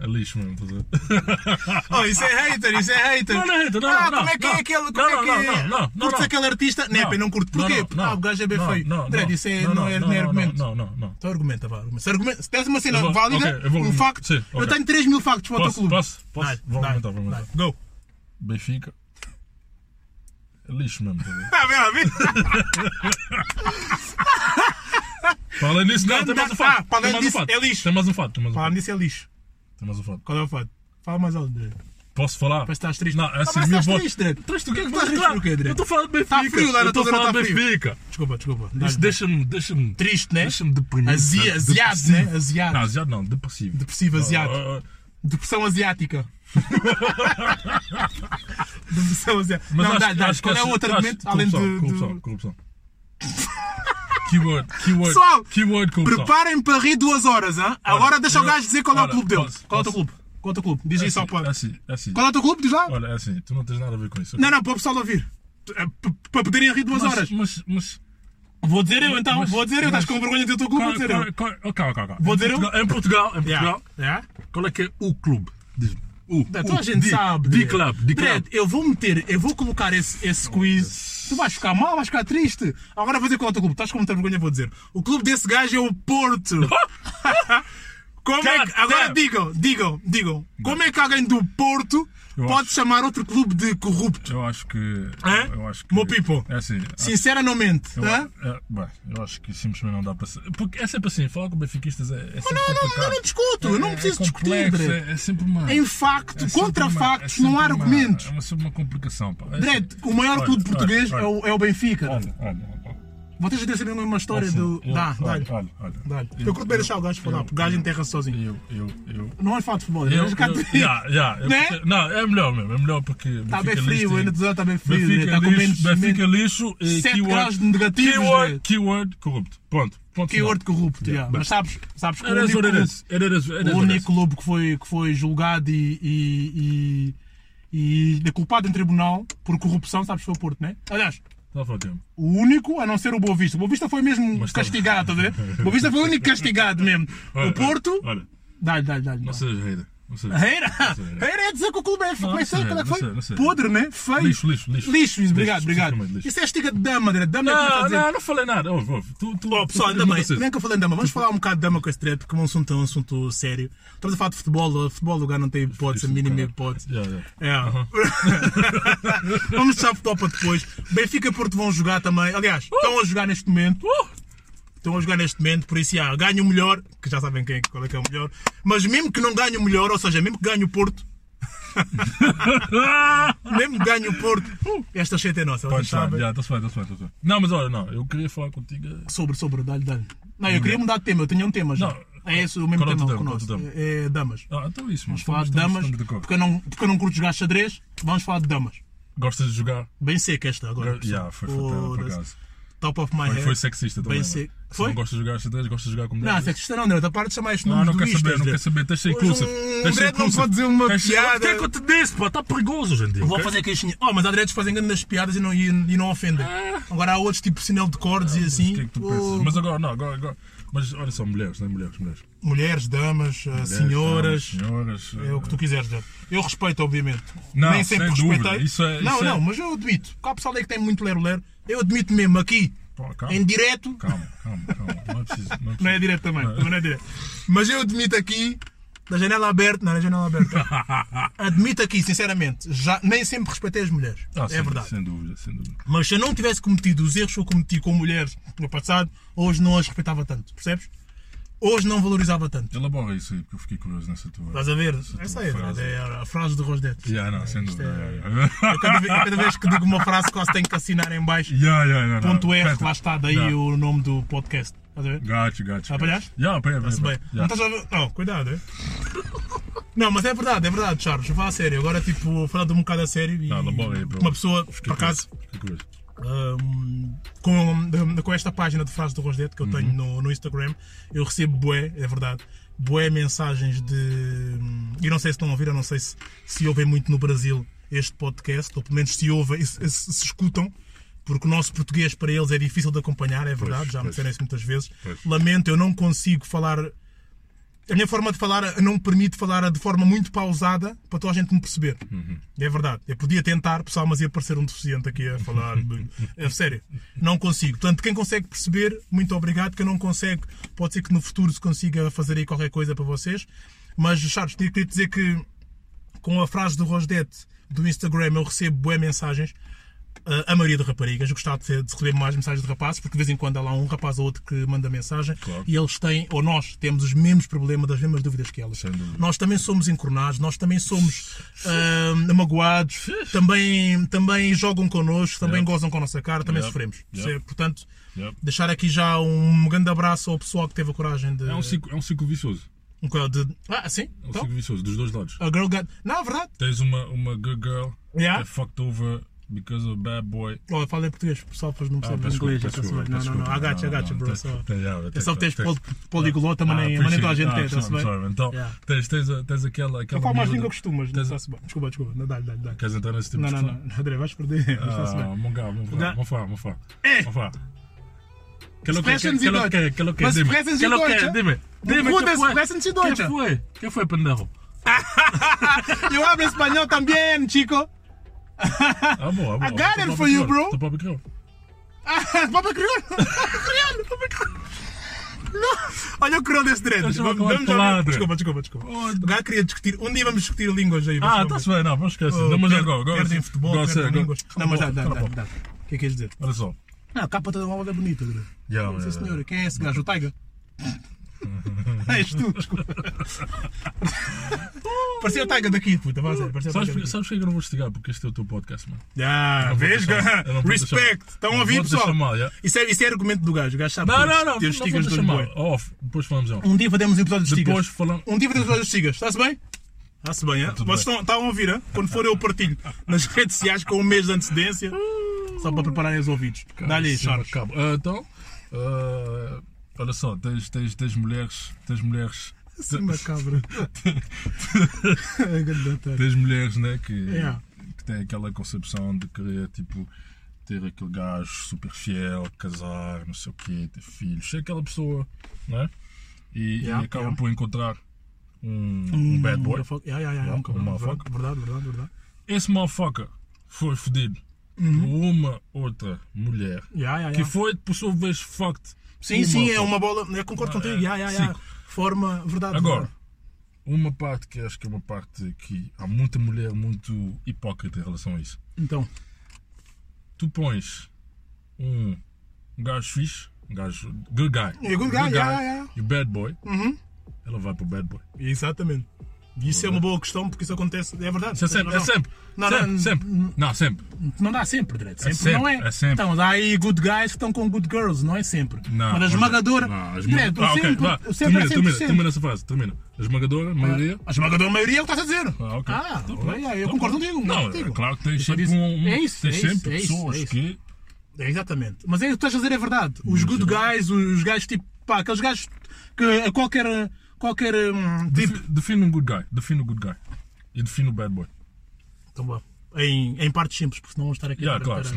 [SPEAKER 2] é lixo mesmo, estás a ver?
[SPEAKER 1] Oh, isso é hater, isso é hater.
[SPEAKER 2] Não, não é hater, não,
[SPEAKER 1] Ah,
[SPEAKER 2] não,
[SPEAKER 1] como é que
[SPEAKER 2] não.
[SPEAKER 1] é aquele. Como é
[SPEAKER 2] Não,
[SPEAKER 1] que
[SPEAKER 2] não,
[SPEAKER 1] é?
[SPEAKER 2] não, não, não,
[SPEAKER 1] Curtes
[SPEAKER 2] não.
[SPEAKER 1] aquele artista? Não. Nepe, É não curto. Porquê?
[SPEAKER 2] Não, não,
[SPEAKER 1] ah, o gajo é bem
[SPEAKER 2] não,
[SPEAKER 1] feio.
[SPEAKER 2] Não,
[SPEAKER 1] Dredd,
[SPEAKER 2] não,
[SPEAKER 1] isso é, não, é, não, é argumento.
[SPEAKER 2] Não, não, não.
[SPEAKER 1] Então argumenta, vá. argumenta. Se, argumenta, se tens uma cena
[SPEAKER 2] Eu vou-
[SPEAKER 1] válida,
[SPEAKER 2] ok, eu vou
[SPEAKER 1] um
[SPEAKER 2] argumentar.
[SPEAKER 1] facto.
[SPEAKER 2] Sim,
[SPEAKER 1] Eu
[SPEAKER 2] ok.
[SPEAKER 1] tenho 3 mil factos para o teu
[SPEAKER 2] Posso,
[SPEAKER 1] clube.
[SPEAKER 2] posso, posso?
[SPEAKER 1] Dá-lhe,
[SPEAKER 2] Vou
[SPEAKER 1] dá-lhe,
[SPEAKER 2] aumentar, vou aumentar.
[SPEAKER 1] dá-lhe. Go.
[SPEAKER 2] Benfica. É lixo mesmo, estás a ver?
[SPEAKER 1] Ah, vem lá, vem.
[SPEAKER 2] Fala nisso, não,
[SPEAKER 1] Não,
[SPEAKER 2] tem mais
[SPEAKER 1] não,
[SPEAKER 2] um fato.
[SPEAKER 1] ah, fala
[SPEAKER 2] tem mais um
[SPEAKER 1] nisso,
[SPEAKER 2] fato.
[SPEAKER 1] é lixo.
[SPEAKER 2] Tem mais um fato, tem mais um
[SPEAKER 1] Fala
[SPEAKER 2] fato.
[SPEAKER 1] nisso é lixo.
[SPEAKER 2] Tem mais um fato.
[SPEAKER 1] Qual é o fato? Fala mais alto, Dredd.
[SPEAKER 2] Posso falar?
[SPEAKER 1] Mas estás triste.
[SPEAKER 2] Não, essa
[SPEAKER 1] Ah,
[SPEAKER 2] é a
[SPEAKER 1] mas
[SPEAKER 2] minha
[SPEAKER 1] estás
[SPEAKER 2] voz.
[SPEAKER 1] triste, Drake.
[SPEAKER 2] Triste o que é que
[SPEAKER 1] Estás triste
[SPEAKER 2] claro,
[SPEAKER 1] porquê, Drake?
[SPEAKER 2] Eu estou a falar de Benfica.
[SPEAKER 1] Tá frio lá na
[SPEAKER 2] eu estou a
[SPEAKER 1] tua
[SPEAKER 2] falar
[SPEAKER 1] zona,
[SPEAKER 2] de
[SPEAKER 1] tá frio.
[SPEAKER 2] Benfica.
[SPEAKER 1] Desculpa, desculpa.
[SPEAKER 2] Isso deixa-me deixa-me
[SPEAKER 1] Triste, né?
[SPEAKER 2] Deixa-me deprimido.
[SPEAKER 1] Azia, aziado,
[SPEAKER 2] Depressivo.
[SPEAKER 1] né? Aziado.
[SPEAKER 2] Não, aziado não, depressivo.
[SPEAKER 1] Depressivo asiático.
[SPEAKER 2] Ah, ah,
[SPEAKER 1] Depressão asiática. Depressão asiática.
[SPEAKER 2] mas
[SPEAKER 1] não,
[SPEAKER 2] acho-
[SPEAKER 1] dá, dá.
[SPEAKER 2] acho que
[SPEAKER 1] Qual é o
[SPEAKER 2] essa-
[SPEAKER 1] outro
[SPEAKER 2] acho-
[SPEAKER 1] argumento? Além
[SPEAKER 2] corrupção,
[SPEAKER 1] de.
[SPEAKER 2] Corrupção,
[SPEAKER 1] de...
[SPEAKER 2] corrupção. Keyword, keyword.
[SPEAKER 1] Pessoal,
[SPEAKER 2] keyword corrupção.
[SPEAKER 1] Preparem para rir duas horas, hein? Agora deixa o
[SPEAKER 2] olha,
[SPEAKER 1] gajo dizer qual é o
[SPEAKER 2] olha,
[SPEAKER 1] clube dele.
[SPEAKER 2] posso-
[SPEAKER 1] Qual é o teu
[SPEAKER 2] posso-
[SPEAKER 1] clube? Qual é o teu clube? Diz
[SPEAKER 2] É
[SPEAKER 1] aí só
[SPEAKER 2] assim, É
[SPEAKER 1] para.
[SPEAKER 2] assim, é assim.
[SPEAKER 1] Qual é o teu clube? Diz lá.
[SPEAKER 2] Olha, é assim, tu não tens nada a ver com isso.
[SPEAKER 1] Não, não, para o pessoal ouvir. É, p- Para poderem rir duas
[SPEAKER 2] mas,
[SPEAKER 1] horas.
[SPEAKER 2] Mas, mas,
[SPEAKER 1] Vou dizer eu então,
[SPEAKER 2] mas-
[SPEAKER 1] vou dizer eu.
[SPEAKER 2] mas-
[SPEAKER 1] Estás com vergonha de ter o teu clube? Vou
[SPEAKER 2] qual,
[SPEAKER 1] dizer
[SPEAKER 2] qual,
[SPEAKER 1] eu.
[SPEAKER 2] qual, oh, calma, calma, calma.
[SPEAKER 1] Vou
[SPEAKER 2] Em
[SPEAKER 1] dizer eu?
[SPEAKER 2] Portugal- Em Portugal, em
[SPEAKER 1] é Yeah,
[SPEAKER 2] Portugal,
[SPEAKER 1] yeah.
[SPEAKER 2] qual é que é o clube? Diz-me. O,
[SPEAKER 1] Então
[SPEAKER 2] o,
[SPEAKER 1] a gente
[SPEAKER 2] de,
[SPEAKER 1] sabe.
[SPEAKER 2] De
[SPEAKER 1] Dredd.
[SPEAKER 2] clube, de
[SPEAKER 1] Dredd,
[SPEAKER 2] clube.
[SPEAKER 1] eu vou meter, eu vou colocar esse, esse quiz. Tu vais ficar mal, vais ficar triste. Agora vou dizer qual é o teu clube. Estás com muita vergonha, vou dizer. O clube desse gajo é o Porto. Como é que,
[SPEAKER 2] God
[SPEAKER 1] agora
[SPEAKER 2] damn.
[SPEAKER 1] digam, digam, digam. Como é que alguém do Porto
[SPEAKER 2] Eu
[SPEAKER 1] pode
[SPEAKER 2] acho-
[SPEAKER 1] chamar outro clube de corrupto?
[SPEAKER 2] Eu acho que.
[SPEAKER 1] Hã?
[SPEAKER 2] Eu acho que.
[SPEAKER 1] Meu people.
[SPEAKER 2] É assim.
[SPEAKER 1] Sinceramente.
[SPEAKER 2] Eu,
[SPEAKER 1] hã?
[SPEAKER 2] é, bem, eu acho que simplesmente não dá para. ser- Porque é sempre assim, falar com benfiquistas é, é sempre
[SPEAKER 1] Oh, não, não,
[SPEAKER 2] complicado.
[SPEAKER 1] eu não discuto, eu não preciso discutir,
[SPEAKER 2] É, complexo,
[SPEAKER 1] Dredd.
[SPEAKER 2] É, é sempre uma.
[SPEAKER 1] Em facto,
[SPEAKER 2] é sempre
[SPEAKER 1] contra
[SPEAKER 2] uma-
[SPEAKER 1] factos,
[SPEAKER 2] é
[SPEAKER 1] não há
[SPEAKER 2] sempre uma-
[SPEAKER 1] argumentos.
[SPEAKER 2] É uma- sempre uma complicação, pá. É
[SPEAKER 1] Dredd,
[SPEAKER 2] assim.
[SPEAKER 1] o maior
[SPEAKER 2] Olha,
[SPEAKER 1] clube
[SPEAKER 2] olha,
[SPEAKER 1] português
[SPEAKER 2] olha,
[SPEAKER 1] é, o, é o Benfica.
[SPEAKER 2] Olha, olha, olha.
[SPEAKER 1] Vocês já têm é uma história
[SPEAKER 2] Assim,
[SPEAKER 1] do.
[SPEAKER 2] eu-
[SPEAKER 1] dá,
[SPEAKER 2] olha,
[SPEAKER 1] dá-lhe.
[SPEAKER 2] olha, olha.
[SPEAKER 1] dá-lhe. Eu curto bem deixar o gajo falar,
[SPEAKER 2] eu-
[SPEAKER 1] porque um o gajo enterra sozinho.
[SPEAKER 2] Eu, eu, eu.
[SPEAKER 1] Não é fato de futebol,
[SPEAKER 2] Eu,
[SPEAKER 1] é um bocado
[SPEAKER 2] eu-
[SPEAKER 1] de-
[SPEAKER 2] yeah, yeah, eu
[SPEAKER 1] Né?
[SPEAKER 2] prefiro- não, é melhor mesmo, é melhor porque.
[SPEAKER 1] Está Tá bem
[SPEAKER 2] Benfica
[SPEAKER 1] frio,
[SPEAKER 2] lixo
[SPEAKER 1] ainda
[SPEAKER 2] tem-
[SPEAKER 1] do está bem frio, né?
[SPEAKER 2] Benfica
[SPEAKER 1] está com menos
[SPEAKER 2] lixo, Benfica
[SPEAKER 1] menos
[SPEAKER 2] lixo e
[SPEAKER 1] sete
[SPEAKER 2] keyword,
[SPEAKER 1] graus de negativos,
[SPEAKER 2] keyword,
[SPEAKER 1] né?
[SPEAKER 2] keyword corrupto. Ponto. ponto
[SPEAKER 1] keyword
[SPEAKER 2] final.
[SPEAKER 1] corrupto.
[SPEAKER 2] Yeah,
[SPEAKER 1] yeah.
[SPEAKER 2] bem.
[SPEAKER 1] Mas sabes, sabes que o
[SPEAKER 2] Era
[SPEAKER 1] único,
[SPEAKER 2] isso, era
[SPEAKER 1] clube,
[SPEAKER 2] isso, era isso, era
[SPEAKER 1] o
[SPEAKER 2] isso.
[SPEAKER 1] único clube que foi, que foi julgado e, e, e, e culpado em tribunal por corrupção, sabes, foi o Porto, né? Aliás,
[SPEAKER 2] Tá fora de campo.
[SPEAKER 1] o único a não ser o Boa Vista. O Boa Vista foi mesmo
[SPEAKER 2] Mas tá-
[SPEAKER 1] castigado, tá a ver? O Boa Vista foi o único castigado mesmo.
[SPEAKER 2] Olha,
[SPEAKER 1] O Porto.
[SPEAKER 2] Olha, olha,
[SPEAKER 1] Dá-lhe, dá-lhe, dá-lhe.
[SPEAKER 2] não
[SPEAKER 1] dá.
[SPEAKER 2] sejas hater. não sejas-
[SPEAKER 1] Reira?
[SPEAKER 2] sei.
[SPEAKER 1] Reira é dizer que o clube é. Como é que
[SPEAKER 2] não sei,
[SPEAKER 1] qual é que
[SPEAKER 2] não
[SPEAKER 1] foi?
[SPEAKER 2] sei, não sei.
[SPEAKER 1] Podre, né? Feio.
[SPEAKER 2] Lixo, lixo, lixo.
[SPEAKER 1] Lixo, isso, obrigado,
[SPEAKER 2] Lixo,
[SPEAKER 1] obrigado.
[SPEAKER 2] simplesmente lixo.
[SPEAKER 1] Isso é estica de dama, né? Dama é que
[SPEAKER 2] Não,
[SPEAKER 1] fazer.
[SPEAKER 2] Ah, não, não falei nada. Ouve, ouve. Tu, tu,
[SPEAKER 1] Ó, pessoal,
[SPEAKER 2] tu fez
[SPEAKER 1] ainda
[SPEAKER 2] uma
[SPEAKER 1] bem,
[SPEAKER 2] coisa.
[SPEAKER 1] nem que eu falei dama, vamos falar um bocado de dama com esse trap, porque é um assunto, é um assunto sério. Estamos a falar de futebol, ó, futebol o lugar não tem hipótese, a
[SPEAKER 2] Isso,
[SPEAKER 1] mínima
[SPEAKER 2] cara.
[SPEAKER 1] hipótese.
[SPEAKER 2] Yeah, yeah.
[SPEAKER 1] É. Vamos deixar futebol para depois. Benfica e Porto vão jogar também. Aliás, estão a jogar neste momento. Estão a jogar neste momento, por isso ah, ganho o melhor, que já sabem quem, é- qual é que é o melhor. Mas mesmo que não ganhe o melhor, ou seja, mesmo que ganhe o Porto, mesmo que ganhe o Porto, esta cheta é nossa. Vocês
[SPEAKER 2] Pode estar,
[SPEAKER 1] sabem.
[SPEAKER 2] já, está-se bem, está-se bem, está-se bem. Não, mas olha, não, eu queria falar contigo. eh,
[SPEAKER 1] Sobre, sobre, dá-lhe, dá-lhe. Não, eu queria mudar de tema, eu tinha um tema já.
[SPEAKER 2] Não,
[SPEAKER 1] é esse o mesmo
[SPEAKER 2] qual é o
[SPEAKER 1] tema
[SPEAKER 2] teu
[SPEAKER 1] que o
[SPEAKER 2] tema?
[SPEAKER 1] nosso.
[SPEAKER 2] Qual é o teu
[SPEAKER 1] É, é damas.
[SPEAKER 2] Ah, então isso, mas
[SPEAKER 1] Falar
[SPEAKER 2] estamos,
[SPEAKER 1] de
[SPEAKER 2] estamos,
[SPEAKER 1] damas,
[SPEAKER 2] estamos de acordo.
[SPEAKER 1] porque eu, não, porque eu não curto jogar xadrez, vamos falar de damas.
[SPEAKER 2] Gostas de jogar?
[SPEAKER 1] Bem seca esta agora.
[SPEAKER 2] Gar- Yeah, foi fatela, por
[SPEAKER 1] Foda-se.
[SPEAKER 2] acaso.
[SPEAKER 1] Top of my
[SPEAKER 2] Foi,
[SPEAKER 1] head.
[SPEAKER 2] foi sexista também.
[SPEAKER 1] É. Bem
[SPEAKER 2] mano.
[SPEAKER 1] se-
[SPEAKER 2] Se
[SPEAKER 1] Foi?
[SPEAKER 2] não gostas de jogar xadrez, gostas de jogar com
[SPEAKER 1] Não,
[SPEAKER 2] mulheres.
[SPEAKER 1] sexista não, Dredd. A parte de chamar este
[SPEAKER 2] não,
[SPEAKER 1] nome
[SPEAKER 2] não quero
[SPEAKER 1] do
[SPEAKER 2] saber, não
[SPEAKER 1] Dredd.
[SPEAKER 2] quero saber. Tens de ser
[SPEAKER 1] Hoje
[SPEAKER 2] inclusive.
[SPEAKER 1] um
[SPEAKER 2] Tens de ser
[SPEAKER 1] Dredd não
[SPEAKER 2] inclusive.
[SPEAKER 1] pode dizer uma
[SPEAKER 2] Tens de ser-
[SPEAKER 1] piada.
[SPEAKER 2] O que é que eu te disse, pá? Está perigoso hoje em dia. é
[SPEAKER 1] Vou
[SPEAKER 2] ok?
[SPEAKER 1] fazer queixinha. Oh, mas há direitos que fazem grandes piadas e não, e, e não ofendem. Agora há outros tipo sinal de cordes e
[SPEAKER 2] Ah. Mas
[SPEAKER 1] assim.
[SPEAKER 2] o que é que tu
[SPEAKER 1] Oh,
[SPEAKER 2] pensas? Mas agora, não, agora, agora. Mas olha só, mulheres, né? Mulheres, mulheres.
[SPEAKER 1] Mulheres, damas, ah, senhoras.
[SPEAKER 2] Senhoras. eh,
[SPEAKER 1] É o que tu quiseres, Dredd. Eu respeito, obviamente.
[SPEAKER 2] Não,
[SPEAKER 1] Nem sempre
[SPEAKER 2] sem dúvida.
[SPEAKER 1] respeitei.
[SPEAKER 2] Isso é-
[SPEAKER 1] não,
[SPEAKER 2] isso é-
[SPEAKER 1] não, mas eu admito. Cá o pessoal aí que tem muito lero-lero. Eu admito mesmo aqui,
[SPEAKER 2] Pá, calma,
[SPEAKER 1] em direto,
[SPEAKER 2] calma, calma, calma. Não é preciso. Não é
[SPEAKER 1] Não é
[SPEAKER 2] preciso.
[SPEAKER 1] direto também, também não é direto. Mas eu admito aqui, da janela aberta, não, na janela aberta. Admito aqui, sinceramente, já nem sempre respeitei as mulheres.
[SPEAKER 2] Ah,
[SPEAKER 1] é
[SPEAKER 2] sem-
[SPEAKER 1] verdade.
[SPEAKER 2] Sem dúvida, sem dúvida.
[SPEAKER 1] Mas se eu não tivesse cometido os erros que eu cometi com mulheres no passado, hoje não as respeitava tanto, percebes? Hoje não valorizava tanto.
[SPEAKER 2] Elabora isso aí, porque eu fiquei curioso nessa tua.
[SPEAKER 1] Estás a ver? Essa aí
[SPEAKER 2] frase.
[SPEAKER 1] é a frase de Rosdete.
[SPEAKER 2] Yeah, não, sem dúvida.
[SPEAKER 1] Eu cada, vez, eu cada vez que digo uma frase quase tenho que assinar em baixo.
[SPEAKER 2] Yeah, yeah, yeah, não,
[SPEAKER 1] Ponto R,
[SPEAKER 2] Pera.
[SPEAKER 1] lá está daí
[SPEAKER 2] Yeah.
[SPEAKER 1] o nome do podcast. Estás a ver?
[SPEAKER 2] Gacho, gacho.
[SPEAKER 1] Apanhaste?
[SPEAKER 2] Já, apanhei, apanhei.
[SPEAKER 1] Está-se bem.
[SPEAKER 2] apanhei.
[SPEAKER 1] Não
[SPEAKER 2] Já.
[SPEAKER 1] estás a ver- Não, cuidado, é? Não, mas é verdade, é verdade, Charles. Vá a sério. Agora, tipo, falando um bocado a sério. E
[SPEAKER 2] Não, não bora aí, bro.
[SPEAKER 1] uma pessoa, por
[SPEAKER 2] Fiquei
[SPEAKER 1] acaso,
[SPEAKER 2] curioso, fiquei curioso.
[SPEAKER 1] hum, com, com esta página de frases do Rosdete que eu tenho no, no Instagram, eu recebo bué, é verdade, bué mensagens de. hum, Eu não sei se estão a ouvir, eu não sei se, se ouvem muito no Brasil este podcast, ou pelo menos se ouvem, se, se- se escutam. Porque o nosso português para eles é difícil de acompanhar, é verdade, já me
[SPEAKER 2] pois.
[SPEAKER 1] disseram isso muitas vezes.
[SPEAKER 2] Pois.
[SPEAKER 1] Lamento, eu não consigo falar a minha forma de falar não me permite falar de forma muito pausada para toda a gente me perceber. É verdade. Eu podia tentar, pessoal, mas ia parecer um deficiente aqui a falar. é sério. Não consigo. Portanto, quem consegue perceber, muito obrigado. Quem não consegue, pode ser que no futuro se consiga fazer aí qualquer coisa para vocês. Mas, Charles, queria queria dizer que com a frase do Rosdete do Instagram eu recebo boas mensagens ah, a maioria de raparigas. Eu gostava de, ter- de receber mais mensagens de rapazes, porque de vez em quando há lá um rapaz ou outro que manda mensagem
[SPEAKER 2] Claro.
[SPEAKER 1] e eles têm, ou nós, temos os mesmos problemas, as mesmas dúvidas que elas.
[SPEAKER 2] Sem dúvida.
[SPEAKER 1] Nós também somos encurnados, nós também somos ah, magoados, também, também jogam connosco, também
[SPEAKER 2] Yep.
[SPEAKER 1] gozam com a nossa cara, também
[SPEAKER 2] Yep.
[SPEAKER 1] sofremos.
[SPEAKER 2] Yep.
[SPEAKER 1] Percebe? Portanto,
[SPEAKER 2] Yep.
[SPEAKER 1] deixar aqui já um grande abraço ao pessoal que teve a coragem de.
[SPEAKER 2] É um ciclo, é um ciclo vicioso.
[SPEAKER 1] um co- de- ah, sim?
[SPEAKER 2] É um
[SPEAKER 1] Então,
[SPEAKER 2] ciclo vicioso, dos dois lados.
[SPEAKER 1] a girl got. Não, é verdade.
[SPEAKER 2] Tens uma, uma good girl
[SPEAKER 1] Yeah.
[SPEAKER 2] that fucked over because of a bad boy.
[SPEAKER 1] Oh, eu falei em português, pessoal, depois não
[SPEAKER 2] Ah,
[SPEAKER 1] percebem
[SPEAKER 2] peço desculpa,
[SPEAKER 1] inglês.
[SPEAKER 2] peço
[SPEAKER 1] é só-
[SPEAKER 2] desculpa,
[SPEAKER 1] Não,
[SPEAKER 2] peço
[SPEAKER 1] não, não. I
[SPEAKER 2] desculpa. Ah,
[SPEAKER 1] got you, I got you, bro.
[SPEAKER 2] Tens-
[SPEAKER 1] só-
[SPEAKER 2] tens- yeah,
[SPEAKER 1] É só que tens
[SPEAKER 2] tens-
[SPEAKER 1] pol- poliglota, mas
[SPEAKER 2] Ah,
[SPEAKER 1] nem mas nem toda a
[SPEAKER 2] appreciate.
[SPEAKER 1] gente
[SPEAKER 2] Ah,
[SPEAKER 1] tem, está-se
[SPEAKER 2] sorry,
[SPEAKER 1] bem.
[SPEAKER 2] sorry. Então,
[SPEAKER 1] Yeah.
[SPEAKER 2] tens, tens, a- tens aquela. aquela
[SPEAKER 1] Eu falo mais
[SPEAKER 2] miúda-
[SPEAKER 1] língua que costumas, não
[SPEAKER 2] Tens-
[SPEAKER 1] está-se bem. Desculpa, desculpa, não dá-lhe, dá-lhe, dá-lhe.
[SPEAKER 2] Queres entrar nesse tipo
[SPEAKER 1] Não,
[SPEAKER 2] de
[SPEAKER 1] não,
[SPEAKER 2] questão?
[SPEAKER 1] não, André, vais perder, é assim. não está-se
[SPEAKER 2] Ah,
[SPEAKER 1] bem.
[SPEAKER 2] mongá,
[SPEAKER 1] Dá-
[SPEAKER 2] mongá, mongá, mongá.
[SPEAKER 1] Eh.
[SPEAKER 2] Mongá. é Que lo que, que, é
[SPEAKER 1] Expressions
[SPEAKER 2] que
[SPEAKER 1] in
[SPEAKER 2] lo que,
[SPEAKER 1] Deutsch.
[SPEAKER 2] que lo que,
[SPEAKER 1] Mas
[SPEAKER 2] dime.
[SPEAKER 1] expressions
[SPEAKER 2] Que
[SPEAKER 1] in
[SPEAKER 2] lo que,
[SPEAKER 1] Deutsch, eh?
[SPEAKER 2] dime. Dime,
[SPEAKER 1] Muda
[SPEAKER 2] que fue?
[SPEAKER 1] expressions in
[SPEAKER 2] Que
[SPEAKER 1] Deutsch.
[SPEAKER 2] fue? Que fue, pendejo?
[SPEAKER 1] Eu hablo espanhol também, chico.
[SPEAKER 2] Ah, bom, ah, bom.
[SPEAKER 1] I got
[SPEAKER 2] Tu
[SPEAKER 1] it for
[SPEAKER 2] próprio
[SPEAKER 1] you,
[SPEAKER 2] criou,
[SPEAKER 1] bro.
[SPEAKER 2] Tu próprio criou.
[SPEAKER 1] Ah, Papa crioulo! Crioulo, Papa crioulo! Não. Olha o crioulo desse treino.
[SPEAKER 2] Eles vão
[SPEAKER 1] Vamos-
[SPEAKER 2] acabar
[SPEAKER 1] vamos já
[SPEAKER 2] de
[SPEAKER 1] ver.
[SPEAKER 2] falar.
[SPEAKER 1] Desculpa, desculpa, desculpa.
[SPEAKER 2] Oh,
[SPEAKER 1] O gajo queria discutir. Um dia vamos discutir línguas aí.
[SPEAKER 2] Ah,
[SPEAKER 1] vamos
[SPEAKER 2] está-se bem, não, vamos esquecer. Não,
[SPEAKER 1] ver.
[SPEAKER 2] mas
[SPEAKER 1] Per-
[SPEAKER 2] agora, agora.
[SPEAKER 1] Perdem futebol,
[SPEAKER 2] agora,
[SPEAKER 1] perdem
[SPEAKER 2] agora-
[SPEAKER 1] línguas. Não, mas dá, dá,
[SPEAKER 2] Cala a
[SPEAKER 1] dá.
[SPEAKER 2] boca.
[SPEAKER 1] dá. O que é que queres dizer?
[SPEAKER 2] Olha só.
[SPEAKER 1] Não, a capa da móvel é bonita, André.
[SPEAKER 2] Yeah,
[SPEAKER 1] Não
[SPEAKER 2] yeah,
[SPEAKER 1] sei,
[SPEAKER 2] yeah.
[SPEAKER 1] senhora. Quem é esse gajo? O Taiga? És tu, desculpa. Parecia o Taiga daqui, puta. Vá a sério, parecia o
[SPEAKER 2] Sabes
[SPEAKER 1] Taiga
[SPEAKER 2] porquê
[SPEAKER 1] daqui.
[SPEAKER 2] sabes porquê que eu não vou investigar? Porque este é o teu podcast, mano.
[SPEAKER 1] Ah,
[SPEAKER 2] Não vou
[SPEAKER 1] vês,
[SPEAKER 2] deixar-
[SPEAKER 1] gajo?
[SPEAKER 2] eu não vou deixar-
[SPEAKER 1] Respect. Tá um Estão a
[SPEAKER 2] não
[SPEAKER 1] ouvir,
[SPEAKER 2] vou deixar
[SPEAKER 1] pessoal?
[SPEAKER 2] mal, yeah.
[SPEAKER 1] Isso é isso é argumento do gajo. O gajo sabe
[SPEAKER 2] Não,
[SPEAKER 1] todos.
[SPEAKER 2] não, não.
[SPEAKER 1] Tem os
[SPEAKER 2] Não vou
[SPEAKER 1] tigas do
[SPEAKER 2] deixar
[SPEAKER 1] boi.
[SPEAKER 2] mal. Off, depois falamos. ó.
[SPEAKER 1] Um dia fazemos um episódio de
[SPEAKER 2] Depois
[SPEAKER 1] Stigas.
[SPEAKER 2] falamos.
[SPEAKER 1] Um dia fazemos um episódio de Stigas. Está-se bem? Está-se bem, é?
[SPEAKER 2] tudo
[SPEAKER 1] Vocês estão, estão a ouvir, é? Quando for eu partilho nas redes sociais com um mês de antecedência. Só para prepararem os ouvidos. Dá-lhe aí,
[SPEAKER 2] Sim,
[SPEAKER 1] Charles.
[SPEAKER 2] acabo. Ah, então, ah, olha só, tens, tens, tens mulheres, tens mulheres,
[SPEAKER 1] Sim, macabro. É Grande otário.
[SPEAKER 2] tens mulheres, né, que,
[SPEAKER 1] Yeah.
[SPEAKER 2] que têm aquela concepção de querer, tipo, ter aquele gajo super fiel, casar, não sei o quê, ter filhos, ser aquela pessoa, né? E,
[SPEAKER 1] Yeah,
[SPEAKER 2] e acabam
[SPEAKER 1] yeah.
[SPEAKER 2] por encontrar um, um bad boy.
[SPEAKER 1] motherfucker. Yeah, yeah, yeah,
[SPEAKER 2] Yeah,
[SPEAKER 1] um cabrão.
[SPEAKER 2] um motherfucker.
[SPEAKER 1] Verdade, verdade, verdade.
[SPEAKER 2] Esse motherfucker foi fedido por uma outra mulher
[SPEAKER 1] Yeah, Uhum. yeah,
[SPEAKER 2] que
[SPEAKER 1] yeah.
[SPEAKER 2] foi, por sua vez, fucked.
[SPEAKER 1] Sim, sim,
[SPEAKER 2] por
[SPEAKER 1] é
[SPEAKER 2] motherfucker.
[SPEAKER 1] uma bola. Eu concordo contigo. Yeah, yeah, yeah. Forma, verdade.
[SPEAKER 2] Ah, Agora,
[SPEAKER 1] verdade.
[SPEAKER 2] uma parte que acho que é uma parte que há muita mulher muito hipócrita em relação a isso.
[SPEAKER 1] Então.
[SPEAKER 2] Tu pões um gajo fixe, um gajo good guy,
[SPEAKER 1] Yeah, good guy, yeah, yeah. Uhum.
[SPEAKER 2] e o bad boy, ela vai pro bad boy.
[SPEAKER 1] Exatamente. E isso é uma boa questão porque isso acontece. É verdade.
[SPEAKER 2] Isso é sempre, é
[SPEAKER 1] Não,
[SPEAKER 2] sempre,
[SPEAKER 1] Não,
[SPEAKER 2] sempre,
[SPEAKER 1] não.
[SPEAKER 2] sempre. Não, sempre.
[SPEAKER 1] Não dá sempre, direito. Sempre,
[SPEAKER 2] sempre,
[SPEAKER 1] não é.
[SPEAKER 2] é sempre.
[SPEAKER 1] Então, dá aí good guys que estão com good girls, não é sempre. Mas
[SPEAKER 2] Não,
[SPEAKER 1] a
[SPEAKER 2] olha,
[SPEAKER 1] esmagadora.
[SPEAKER 2] não, a esma-
[SPEAKER 1] Direto,
[SPEAKER 2] Ah, ok,
[SPEAKER 1] sempre,
[SPEAKER 2] vá,
[SPEAKER 1] sempre,
[SPEAKER 2] termina,
[SPEAKER 1] sempre,
[SPEAKER 2] termina,
[SPEAKER 1] sempre.
[SPEAKER 2] termina essa frase, termina. A esmagadora, a maioria.
[SPEAKER 1] A esmagadora maioria é o que estás a dizer.
[SPEAKER 2] Ah, ok.
[SPEAKER 1] Ah,
[SPEAKER 2] Então,
[SPEAKER 1] bem,
[SPEAKER 2] pronto.
[SPEAKER 1] eu concordo contigo.
[SPEAKER 2] Não, é
[SPEAKER 1] contigo.
[SPEAKER 2] claro que tens
[SPEAKER 1] Eu só
[SPEAKER 2] sempre,
[SPEAKER 1] disse-
[SPEAKER 2] um, um-
[SPEAKER 1] é isso,
[SPEAKER 2] tens
[SPEAKER 1] é
[SPEAKER 2] sempre
[SPEAKER 1] isso, é isso,
[SPEAKER 2] pessoas
[SPEAKER 1] é isso.
[SPEAKER 2] que.
[SPEAKER 1] É, exatamente. Mas é o que tu estás a dizer é verdade. Os
[SPEAKER 2] Uhum.
[SPEAKER 1] good guys, os gajos tipo. Pá, aqueles gajos que a qualquer. qualquer. hum, tipo.
[SPEAKER 2] Defi- Define um good guy, define o good guy. E define o bad boy.
[SPEAKER 1] Então, vá. Em, em partes simples, porque senão vamos estar aqui
[SPEAKER 2] Yeah,
[SPEAKER 1] para-
[SPEAKER 2] claro,
[SPEAKER 1] para-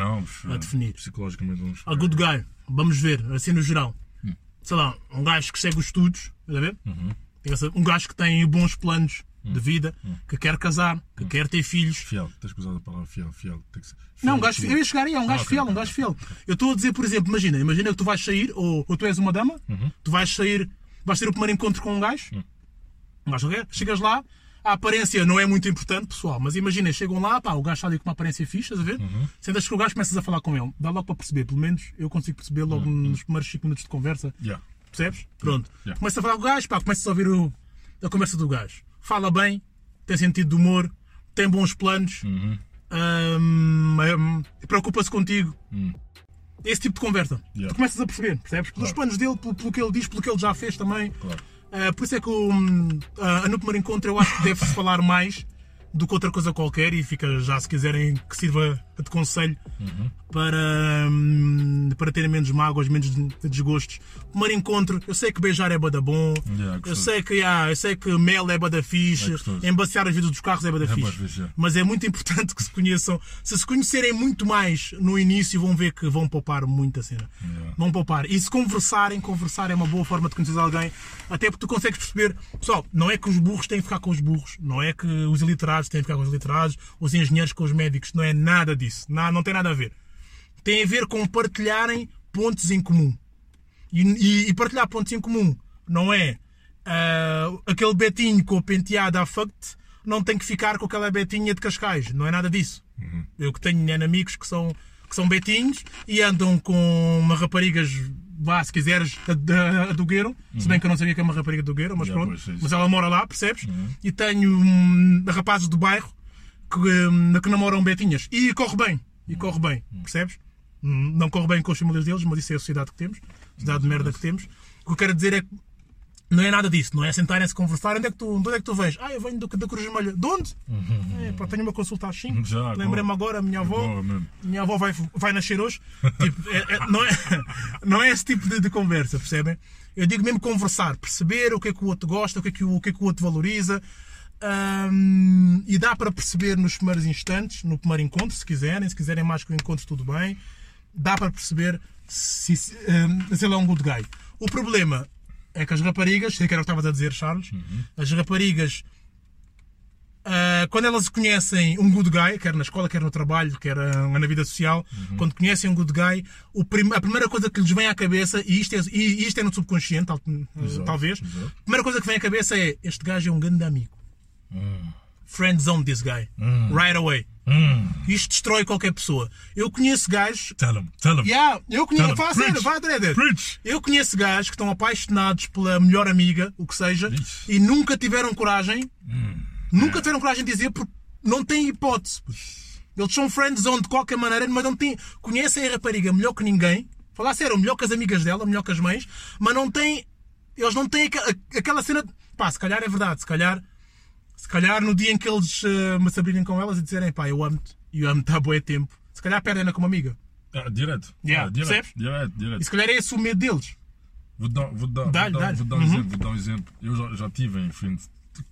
[SPEAKER 2] senão
[SPEAKER 1] a
[SPEAKER 2] eh,
[SPEAKER 1] definir.
[SPEAKER 2] psicologicamente vamos.
[SPEAKER 1] a good guy, vamos ver, assim no geral.
[SPEAKER 2] Hum.
[SPEAKER 1] Sei lá, um gajo que segue os estudos, estás a ver?
[SPEAKER 2] Uhum.
[SPEAKER 1] Tem essa- Um gajo que tem bons planos
[SPEAKER 2] Hum.
[SPEAKER 1] de vida, que quer casar, que quer ter filhos.
[SPEAKER 2] Fiel, tens que usar a palavra fiel, fiel. Tem que ser. fiel
[SPEAKER 1] Não, um gajo,
[SPEAKER 2] tu-
[SPEAKER 1] eu ia chegar aí, é um gajo
[SPEAKER 2] ok,
[SPEAKER 1] fiel, um
[SPEAKER 2] ok,
[SPEAKER 1] gajo fiel. Eu estou a dizer, por exemplo, imagina, imagina que tu vais sair, ou, ou tu és uma dama, tu vais sair, vais ter o primeiro encontro com um gajo, um gajo qualquer, chegas lá, a aparência não é muito importante, pessoal, mas imagina, chegam lá, pá, o gajo está ali com uma aparência fixe, estás a ver? Sentas que o gajo começas a falar com ele, dá logo para perceber, pelo menos eu consigo perceber logo nos primeiros 5 minutos de conversa,
[SPEAKER 2] Yeah.
[SPEAKER 1] Percebes? Pronto.
[SPEAKER 2] Yeah.
[SPEAKER 1] Começa a falar com o gajo, pá, começas a ouvir o- a conversa do gajo. Fala bem, tem sentido de humor, tem bons planos,
[SPEAKER 2] Uhum.
[SPEAKER 1] hum, hum, preocupa-se contigo. Esse tipo de conversa.
[SPEAKER 2] Hum. Yeah.
[SPEAKER 1] Tu começas a perceber, percebes? Pelos planos dele, pelo, pelo que ele diz, pelo que ele já fez também.
[SPEAKER 2] Claro.
[SPEAKER 1] Ah, por isso é que hum, ah, no primeiro encontro eu acho que deve-se falar mais do que outra coisa qualquer e fica já, se quiserem, que sirva de conselho
[SPEAKER 2] Uhum.
[SPEAKER 1] para, hum, para terem menos mágoas, menos de- desgostos. Primeiro encontro, eu sei que beijar é bada bom,
[SPEAKER 2] Yeah,
[SPEAKER 1] eu,
[SPEAKER 2] gostoso.
[SPEAKER 1] sei que, ah, eu sei que mel é bada
[SPEAKER 2] É
[SPEAKER 1] fixe,
[SPEAKER 2] gostoso.
[SPEAKER 1] embaciar as vidas dos carros é bada
[SPEAKER 2] bué
[SPEAKER 1] fixe.
[SPEAKER 2] fixe, yeah.
[SPEAKER 1] Mas é muito importante que se conheçam. Se se conhecerem muito mais no início, vão ver que vão poupar muita cena.
[SPEAKER 2] Yeah.
[SPEAKER 1] Vão poupar. E se conversarem, conversar é uma boa forma de conhecer alguém. Até porque tu consegues perceber. Pessoal, não é que os burros têm que ficar com os burros. Não é que os iliterados têm que ficar com os iliterados. Os engenheiros com os médicos. Não é nada disso. Não, não tem nada a ver. Tem a ver com partilharem pontos em comum. E, e- e partilhar pontos em comum não é ah, aquele betinho com o penteado à fucked
[SPEAKER 2] Uhum.
[SPEAKER 1] não tem que ficar com aquela betinha de Cascais, não é nada disso. Eu que tenho né, amigos que são que são betinhos e andam com uma raparigas, vá, se quiseres, a- da- a do Gueiro. Se bem que eu não sabia que é uma rapariga do Gueiro, mas
[SPEAKER 2] Uhum. Já,
[SPEAKER 1] pronto.
[SPEAKER 2] pois, é isso.
[SPEAKER 1] mas ela mora lá, percebes?
[SPEAKER 2] Uhum.
[SPEAKER 1] E tenho hum, rapazes do bairro que, hum, que namoram betinhas. E corre bem,
[SPEAKER 2] Uhum.
[SPEAKER 1] e corre bem, percebes? Hum, Não corre bem com os famílias deles, mas isso é a sociedade que temos, a sociedade
[SPEAKER 2] Uhum.
[SPEAKER 1] de merda que temos. O que eu quero dizer é que não é nada disso, não é sentarem-se a conversar. Onde é que tu, de onde é que tu vens? Ah, eu venho do, da Cruz Vermelha. De onde? É, pá, tenho uma consulta às 5.
[SPEAKER 2] Uhum. Já, agora.
[SPEAKER 1] Lembrei-me agora, a minha avó,
[SPEAKER 2] Agora mesmo.
[SPEAKER 1] minha avó vai, vai nascer hoje. Tipo, é- é- não, é, não é esse tipo de, de conversa, percebem? Eu digo mesmo conversar, perceber o que é que o outro gosta, o que é que o, o que é que o outro valoriza. Hum, e dá para perceber nos primeiros instantes, no primeiro encontro, se quiserem, se quiserem mais que o encontro, tudo bem. Dá para perceber se, se, hum, se ele é um good guy. O problema é que as raparigas, sei que era o que estavas a dizer, Charles, as raparigas Uh, quando elas conhecem um good guy, quer na escola, quer no trabalho, quer uh, na vida social,
[SPEAKER 2] Uhum.
[SPEAKER 1] quando conhecem um good guy, o prim- a primeira coisa que lhes vem à cabeça, e isto é, e isto é no subconsciente, tal- uh, talvez,
[SPEAKER 2] exato.
[SPEAKER 1] a primeira coisa que vem à cabeça é: este gajo é um grande amigo.
[SPEAKER 2] Ah.
[SPEAKER 1] Friend zone this guy.
[SPEAKER 2] Hum.
[SPEAKER 1] Right away. Isto destrói qualquer pessoa. Eu conheço gajos.
[SPEAKER 2] Tell him, tell him.
[SPEAKER 1] Yeah, eu conheço.
[SPEAKER 2] Cara,
[SPEAKER 1] Fala a sério,
[SPEAKER 2] preach.
[SPEAKER 1] vá, Dredd.
[SPEAKER 2] Preach.
[SPEAKER 1] Eu conheço gajos que estão apaixonados pela melhor amiga, o que seja,
[SPEAKER 2] Ixi.
[SPEAKER 1] e nunca tiveram coragem. Nunca tiveram coragem de dizer porque não têm hipótese. Eles são friend zone de qualquer maneira, mas não têm. Conhecem a rapariga melhor que ninguém. Falar sério, melhor que as amigas dela, melhor que as mães, mas não têm. Eles não têm aqua- aquela cena. de- Pá, se calhar é verdade, se calhar. Se calhar no dia em que eles eh, me se abrirem com elas e disserem, pá, eu amo-te, e eu amo-te há bué tempo, se calhar perdem-na como amiga.
[SPEAKER 2] Ah, direto.
[SPEAKER 1] Yeah,
[SPEAKER 2] Ah, direto,
[SPEAKER 1] percebes?
[SPEAKER 2] direto, direto.
[SPEAKER 1] E se calhar é esse o medo deles.
[SPEAKER 2] Vou dar, vou dar,
[SPEAKER 1] Dá-lhe,
[SPEAKER 2] vou dar,
[SPEAKER 1] dá-lhe.
[SPEAKER 2] vou dar um
[SPEAKER 1] Uhum.
[SPEAKER 2] exemplo. Vou dar um exemplo. Eu já, já tive em friend,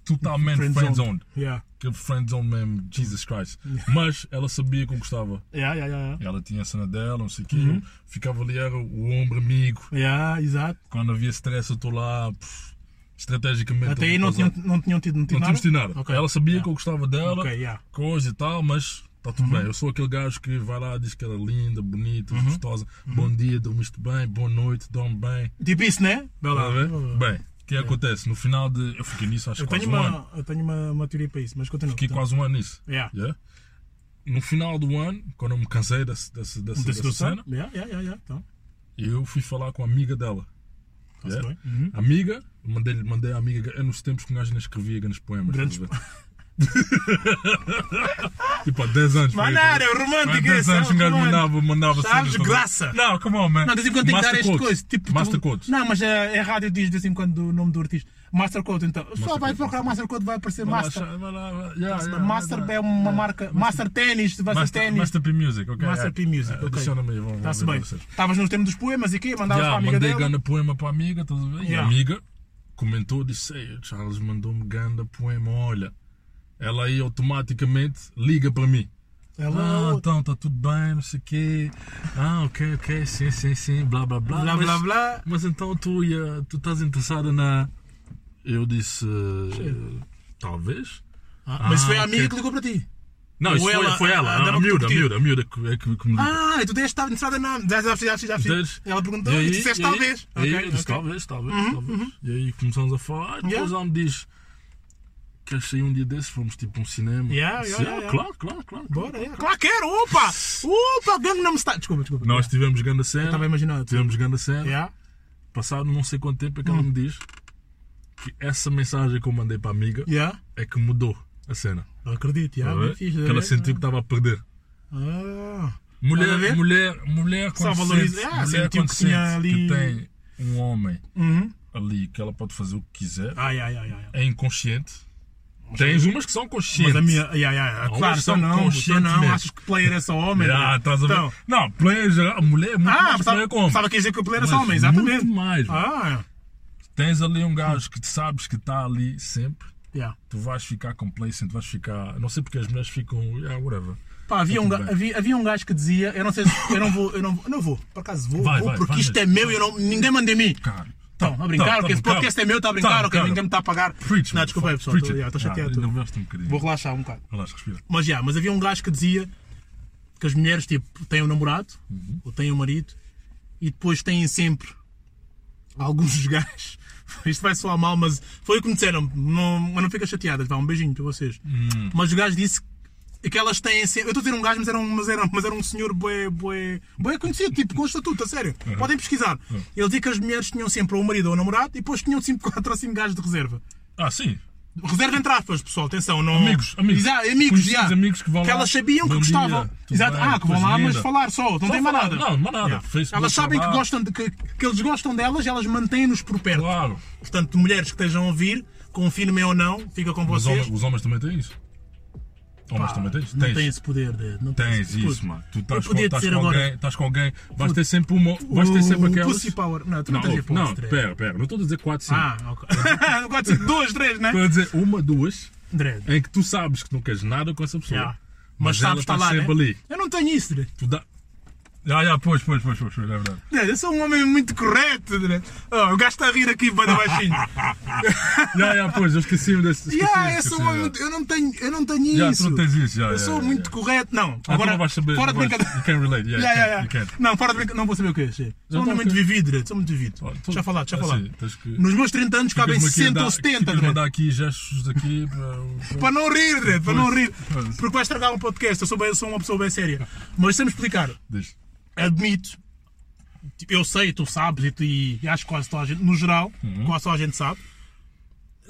[SPEAKER 2] totalmente friend, zone.
[SPEAKER 1] Yeah.
[SPEAKER 2] Aquele friend zone mesmo, Jesus Christ. Mas ela sabia que eu gostava.
[SPEAKER 1] Yeah, yeah, yeah, yeah.
[SPEAKER 2] Ela tinha a cena dela, não sei o quê.
[SPEAKER 1] Uhum.
[SPEAKER 2] Eu Ficava ali, era o ombro amigo.
[SPEAKER 1] Yeah, exato.
[SPEAKER 2] Quando havia stress, eu estou lá, pff, estrategicamente.
[SPEAKER 1] Até
[SPEAKER 2] eu
[SPEAKER 1] aí
[SPEAKER 2] vou
[SPEAKER 1] não tinham,
[SPEAKER 2] pausar.
[SPEAKER 1] não tinham tido
[SPEAKER 2] Então, Não tínhamos tido nada.
[SPEAKER 1] Ok.
[SPEAKER 2] Ela sabia
[SPEAKER 1] Yeah.
[SPEAKER 2] que eu gostava dela,
[SPEAKER 1] Ok, yeah. Uhum.
[SPEAKER 2] coisa e tal, mas está tudo bem. Eu sou aquele gajo que vai lá, diz que ela é linda, bonita, gostosa.
[SPEAKER 1] Uhum.
[SPEAKER 2] Bom dia, dormiste bem, boa noite, dorme bem.
[SPEAKER 1] Tipo isso, né? Vai
[SPEAKER 2] Tá
[SPEAKER 1] lá.
[SPEAKER 2] a ver? Bem, o que acontece? No final de. Eu fiquei nisso, acho
[SPEAKER 1] Eu
[SPEAKER 2] que quase
[SPEAKER 1] tenho,
[SPEAKER 2] um ano.
[SPEAKER 1] uma, eu tenho uma, uma teoria para isso, mas continua.
[SPEAKER 2] Fiquei
[SPEAKER 1] continua.
[SPEAKER 2] quase um ano nisso.
[SPEAKER 1] Yeah.
[SPEAKER 2] Yeah? No final do ano, quando eu me cansei dessa, dessa, dessa,
[SPEAKER 1] Da
[SPEAKER 2] dessa cena,
[SPEAKER 1] situação? Yeah, yeah, yeah, yeah. Então,
[SPEAKER 2] eu fui falar com a amiga dela.
[SPEAKER 1] está-se
[SPEAKER 2] Yeah.
[SPEAKER 1] bem. Uhum.
[SPEAKER 2] Né? Amiga, mandei, mandei a amiga. É nos tempos que um gajo ainda escrevia grandes poemas.
[SPEAKER 1] Grandes
[SPEAKER 2] estás a ver? tipo, há 10 anos.
[SPEAKER 1] Mas
[SPEAKER 2] foi
[SPEAKER 1] nada,
[SPEAKER 2] isso.
[SPEAKER 1] é romântico
[SPEAKER 2] Há 10
[SPEAKER 1] esse,
[SPEAKER 2] anos um
[SPEAKER 1] é
[SPEAKER 2] gajo
[SPEAKER 1] romântico.
[SPEAKER 2] mandava, mandava
[SPEAKER 1] Sabes,
[SPEAKER 2] cenas, estás a ver?
[SPEAKER 1] graça.
[SPEAKER 2] Não, come on, man.
[SPEAKER 1] Não, de vez em quando tem que dar
[SPEAKER 2] Master
[SPEAKER 1] este
[SPEAKER 2] quotes.
[SPEAKER 1] coisa. Tipo, tu-
[SPEAKER 2] Master Codes.
[SPEAKER 1] Não, mas é, é rádio diz de vez em quando o nome do artista. Master Code, então. Só vai
[SPEAKER 2] Code,
[SPEAKER 1] procurar Master Code, vai aparecer Master. Master
[SPEAKER 2] Master
[SPEAKER 1] é uma marca. Master Tennis, vai ser
[SPEAKER 2] Master,
[SPEAKER 1] Tennis.
[SPEAKER 2] Master P Music, ok. é.
[SPEAKER 1] Master P Music, ok.
[SPEAKER 2] Adiciona-me aí, vamos
[SPEAKER 1] Está-se
[SPEAKER 2] ver
[SPEAKER 1] bem.
[SPEAKER 2] vocês.
[SPEAKER 1] Estavas no tema dos poemas e quê? Mandavas para
[SPEAKER 2] Já,
[SPEAKER 1] a amiga
[SPEAKER 2] mandei
[SPEAKER 1] dela.
[SPEAKER 2] ganda poema para a amiga, estás a ver? E a
[SPEAKER 1] Yeah.
[SPEAKER 2] amiga comentou, disse, "Ei, o Charles mandou-me ganda poema, olha. Ela aí automaticamente liga para mim.
[SPEAKER 1] Ela,
[SPEAKER 2] Ah, então, está tudo bem, não sei o quê. Ah, ok, ok, sim, sim, sim, blá, blá, blá.
[SPEAKER 1] blá
[SPEAKER 2] Ah, mas,
[SPEAKER 1] blá blá.
[SPEAKER 2] mas então tu, e a- tu estás interessada na... Eu disse, eh, talvez.
[SPEAKER 1] mas foi a
[SPEAKER 2] Ah, ok.
[SPEAKER 1] amiga que ligou para ti.
[SPEAKER 2] Não,
[SPEAKER 1] Ou
[SPEAKER 2] isso foi
[SPEAKER 1] ela,
[SPEAKER 2] ela, foi ela
[SPEAKER 1] a- a
[SPEAKER 2] a,
[SPEAKER 1] dama
[SPEAKER 2] a
[SPEAKER 1] que tu
[SPEAKER 2] miúda, a
[SPEAKER 1] curtias.
[SPEAKER 2] miúda, a miúda que, é que, que me ligou.
[SPEAKER 1] Ah, e tu deste estava interessada na. Já, já, já, já, já.
[SPEAKER 2] Dez.
[SPEAKER 1] Ela perguntou e,
[SPEAKER 2] aí-
[SPEAKER 1] disseste
[SPEAKER 2] aí-
[SPEAKER 1] talvez.
[SPEAKER 2] e aí eu
[SPEAKER 1] Ok,
[SPEAKER 2] disse,
[SPEAKER 1] ok. Uhum,
[SPEAKER 2] talvez, talvez, talvez. E aí começamos a falar, e depois
[SPEAKER 1] Yeah.
[SPEAKER 2] ela me diz: Queres sair um dia desses? Fomos tipo um cinema.
[SPEAKER 1] Yeah,
[SPEAKER 2] Disse,
[SPEAKER 1] yeah,
[SPEAKER 2] "Ah,
[SPEAKER 1] yeah,
[SPEAKER 2] Claro, claro, claro.
[SPEAKER 1] Bora, é. Claro que era, opa! Opa, Gangnam Style. Desculpa, desculpa.
[SPEAKER 2] Nós tivemos grande
[SPEAKER 1] Estava
[SPEAKER 2] cena,
[SPEAKER 1] imaginando.
[SPEAKER 2] tivemos grande cena.
[SPEAKER 1] Yeah. Hum.
[SPEAKER 2] Passado não sei quanto tempo é que ela me diz que essa mensagem que eu mandei para a amiga
[SPEAKER 1] Yeah.
[SPEAKER 2] é que mudou a cena.
[SPEAKER 1] Não acredito,
[SPEAKER 2] tá
[SPEAKER 1] yeah,
[SPEAKER 2] a
[SPEAKER 1] bem
[SPEAKER 2] ver?
[SPEAKER 1] fixe,
[SPEAKER 2] que ela
[SPEAKER 1] é.
[SPEAKER 2] sentiu que estava a perder.
[SPEAKER 1] Ah. Estás a
[SPEAKER 2] Mulher,
[SPEAKER 1] ver?
[SPEAKER 2] mulher, mulher,
[SPEAKER 1] Só
[SPEAKER 2] quando
[SPEAKER 1] valoriza-
[SPEAKER 2] sente-
[SPEAKER 1] Ah,
[SPEAKER 2] mulher
[SPEAKER 1] sentiu
[SPEAKER 2] quando
[SPEAKER 1] que tinha
[SPEAKER 2] sente
[SPEAKER 1] ali-
[SPEAKER 2] que tem um homem
[SPEAKER 1] Uhum.
[SPEAKER 2] ali que ela pode fazer o que quiser.
[SPEAKER 1] Ai, ai, ai, ai.
[SPEAKER 2] é inconsciente. Tens umas que são conscientes.
[SPEAKER 1] Mas a minha. Ai, ai, ai. Claro,
[SPEAKER 2] são
[SPEAKER 1] só não. Só
[SPEAKER 2] conscientes
[SPEAKER 1] não.
[SPEAKER 2] mesmo.
[SPEAKER 1] Achas que player é só homem?
[SPEAKER 2] Ah,
[SPEAKER 1] né?
[SPEAKER 2] estás a ver?
[SPEAKER 1] Então.
[SPEAKER 2] Não, player geral, mulher é muito
[SPEAKER 1] Ah,
[SPEAKER 2] mais player com
[SPEAKER 1] estava
[SPEAKER 2] homem.
[SPEAKER 1] estava aqui a dizer que o player é só
[SPEAKER 2] Mas
[SPEAKER 1] homem, exatamente.
[SPEAKER 2] Muito mais. mano.
[SPEAKER 1] Ah,
[SPEAKER 2] Tens ali um gajo que tu sabes que está ali sempre.
[SPEAKER 1] yeah.
[SPEAKER 2] Tu vais ficar complacent, vais ficar. Não sei porque as mulheres ficam. Yeah, whatever. Tá
[SPEAKER 1] Pá, havia, um
[SPEAKER 2] tudo
[SPEAKER 1] ga-
[SPEAKER 2] bem.
[SPEAKER 1] havia, havia um gajo que dizia, eu não sei se eu não vou, eu não vou, não vou, por acaso vou,
[SPEAKER 2] Vai,
[SPEAKER 1] vou
[SPEAKER 2] vai,
[SPEAKER 1] porque
[SPEAKER 2] vai
[SPEAKER 1] isto é
[SPEAKER 2] mesmo.
[SPEAKER 1] meu e eu não- ninguém manda em mim.
[SPEAKER 2] Cara. tá,
[SPEAKER 1] Então, a brincar, ok, esse podcast é meu, está a brincar, ok, ninguém me está a pagar.
[SPEAKER 2] Preach,
[SPEAKER 1] não,
[SPEAKER 2] man,
[SPEAKER 1] desculpa aí, pessoal,
[SPEAKER 2] preach
[SPEAKER 1] estou
[SPEAKER 2] it.
[SPEAKER 1] yeah, estou
[SPEAKER 2] Ah,
[SPEAKER 1] chateado.
[SPEAKER 2] ainda levaste um bocadinho.
[SPEAKER 1] Vou relaxar um bocado.
[SPEAKER 2] Relaxa, respira.
[SPEAKER 1] Mas já, mas havia um gajo que dizia que as mulheres tipo, têm um namorado ou têm um marido e depois têm sempre alguns gajos. Isto vai soar mal, mas foi o que me disseram. Não, mas não fica chateada, vá, um beijinho para vocês. Mas o gajo disse e que elas têm sempre. Eu estou a dizer um gajo, mas era um, mas era, mas era um senhor bué, bué, bué conhecido, tipo, com estatuto, a sério. Podem pesquisar. Ele dizia que as mulheres tinham sempre ou um marido ou um namorado e depois tinham 5, 4 ou 5 gajos de reserva.
[SPEAKER 2] Ah, sim.
[SPEAKER 1] Reserva entre aspas, pessoal, atenção, não.
[SPEAKER 2] Amigos, amigos.
[SPEAKER 1] Exato, amigos,
[SPEAKER 2] Conhecidos,
[SPEAKER 1] já.
[SPEAKER 2] amigos que vão lá.
[SPEAKER 1] elas sabiam que
[SPEAKER 2] Bom dia,
[SPEAKER 1] gostavam.
[SPEAKER 2] tudo
[SPEAKER 1] Exato,
[SPEAKER 2] bem,
[SPEAKER 1] ah, que vão lá,
[SPEAKER 2] coisa
[SPEAKER 1] mas
[SPEAKER 2] linda.
[SPEAKER 1] falar só, então não tem mais
[SPEAKER 2] falar,
[SPEAKER 1] nada.
[SPEAKER 2] não, não há nada.
[SPEAKER 1] Já.
[SPEAKER 2] Facebook,
[SPEAKER 1] Elas sabem que,
[SPEAKER 2] trabalho.
[SPEAKER 1] gostam de, que, que eles gostam delas e elas mantêm-nos por perto.
[SPEAKER 2] Claro.
[SPEAKER 1] Portanto, mulheres que estejam a ouvir, confirmem ou não, fica com
[SPEAKER 2] Os
[SPEAKER 1] vocês.
[SPEAKER 2] homens, os homens também têm isso. Homens também têm isso.
[SPEAKER 1] Não
[SPEAKER 2] Tens.
[SPEAKER 1] tem esse poder de. Não tem
[SPEAKER 2] Tens
[SPEAKER 1] esse- puto,
[SPEAKER 2] isso, mano. Tu estás
[SPEAKER 1] eu
[SPEAKER 2] com,
[SPEAKER 1] podia
[SPEAKER 2] estás
[SPEAKER 1] dizer
[SPEAKER 2] com
[SPEAKER 1] agora-
[SPEAKER 2] alguém, estás com alguém, vais ter sempre uma, vais ter sempre
[SPEAKER 1] o
[SPEAKER 2] aquelas.
[SPEAKER 1] Pussy Power. Não, tu não,
[SPEAKER 2] Não,
[SPEAKER 1] estás a
[SPEAKER 2] ouve,
[SPEAKER 1] dizer
[SPEAKER 2] não,
[SPEAKER 1] pontos, Dredd.
[SPEAKER 2] pera, pera, não estou a dizer 4, 5.
[SPEAKER 1] Ah, ok. Agora dizer duas, três, né?
[SPEAKER 2] Estou a dizer uma, duas,
[SPEAKER 1] Dredd.
[SPEAKER 2] em que tu sabes que não queres nada com essa pessoa.
[SPEAKER 1] Já.
[SPEAKER 2] É. Mas,
[SPEAKER 1] Mas
[SPEAKER 2] ela
[SPEAKER 1] sabes,
[SPEAKER 2] está
[SPEAKER 1] está lá.
[SPEAKER 2] sempre
[SPEAKER 1] né?
[SPEAKER 2] ali.
[SPEAKER 1] Eu não tenho isso, Dredd.
[SPEAKER 2] Tu dá. Já, já, pois, pois, pois, pois, pois, é verdade.
[SPEAKER 1] Dredd, Eu sou um homem muito correto, Dredd. Oh, o gajo está a rir aqui, banda baixinho.
[SPEAKER 2] Já, já, pois, eu esqueci-me desse. Esqueci
[SPEAKER 1] yeah, eu, sou um homem muito- eu não tenho, eu não tenho
[SPEAKER 2] Já, tu
[SPEAKER 1] isso.
[SPEAKER 2] não tens isso, já.
[SPEAKER 1] eu sou muito correto. Não,
[SPEAKER 2] Agora
[SPEAKER 1] agora.
[SPEAKER 2] não vais saber.
[SPEAKER 1] fora
[SPEAKER 2] não
[SPEAKER 1] de
[SPEAKER 2] vais-
[SPEAKER 1] brincadeira.
[SPEAKER 2] You can relate, yeah,
[SPEAKER 1] Yeah, yeah,
[SPEAKER 2] you can,
[SPEAKER 1] yeah.
[SPEAKER 2] you can.
[SPEAKER 1] Não, fora de brincadeira. Não vou saber o que é. che. Sou um
[SPEAKER 2] tá
[SPEAKER 1] homem muito
[SPEAKER 2] ok.
[SPEAKER 1] vivido, Dredd. Sou muito vivido.
[SPEAKER 2] Oh, tu-
[SPEAKER 1] Já falar, já
[SPEAKER 2] é
[SPEAKER 1] falar.
[SPEAKER 2] assim, tens que-
[SPEAKER 1] Nos meus 30 anos cabem
[SPEAKER 2] Ficas-me aqui a
[SPEAKER 1] 70
[SPEAKER 2] dar-
[SPEAKER 1] ou 70,
[SPEAKER 2] ficas-me a
[SPEAKER 1] Dredd.
[SPEAKER 2] dar aqui gestos daqui para.
[SPEAKER 1] Para não rir, Dredd, para não
[SPEAKER 2] Pois,
[SPEAKER 1] rir.
[SPEAKER 2] pois.
[SPEAKER 1] Porque vai estragar um podcast. Eu sou, bem- eu sou uma pessoa bem séria. Mas deixa-me explicar.
[SPEAKER 2] Diz.
[SPEAKER 1] Admito, tipo, eu sei, tu sabes, e, tu- e acho que quase toda a gente, no geral,
[SPEAKER 2] Uhum.
[SPEAKER 1] quase toda a gente sabe,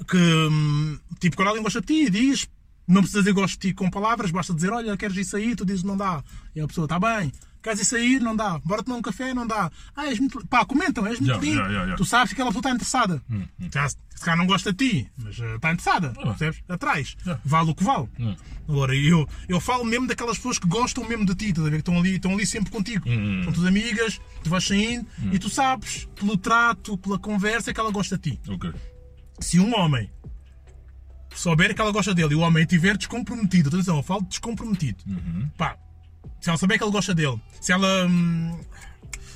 [SPEAKER 1] que hum, tipo, quando alguém gosta de ti, diz, não precisa dizer gosto de ti com palavras, basta dizer, olha, queres isso aí, tu dizes, não dá. E a pessoa, está bem. Queres isso aí? Não dá. Bora tomar um café? Não dá. Ah, és muito. Pá, comentam, és muito
[SPEAKER 2] Yeah,
[SPEAKER 1] lindo.
[SPEAKER 2] yeah, yeah, yeah.
[SPEAKER 1] Tu sabes que aquela pessoa está interessada. Já, se calhar não gosta de ti, mas eh, está interessada. Percebes? Atrás. Vale o que vale. Agora, eu, eu falo mesmo daquelas pessoas que gostam mesmo de ti, estás a ver? Que estão ali, estão ali sempre contigo. São tuas amigas, tu vais saindo e tu sabes, pelo trato, pela conversa, que ela gosta de ti.
[SPEAKER 2] Ok.
[SPEAKER 1] Se um homem souber que ela gosta dele e o homem estiver descomprometido, atenção, eu falo de descomprometido, pá, se ela souber que ele gosta dele, se ela hum,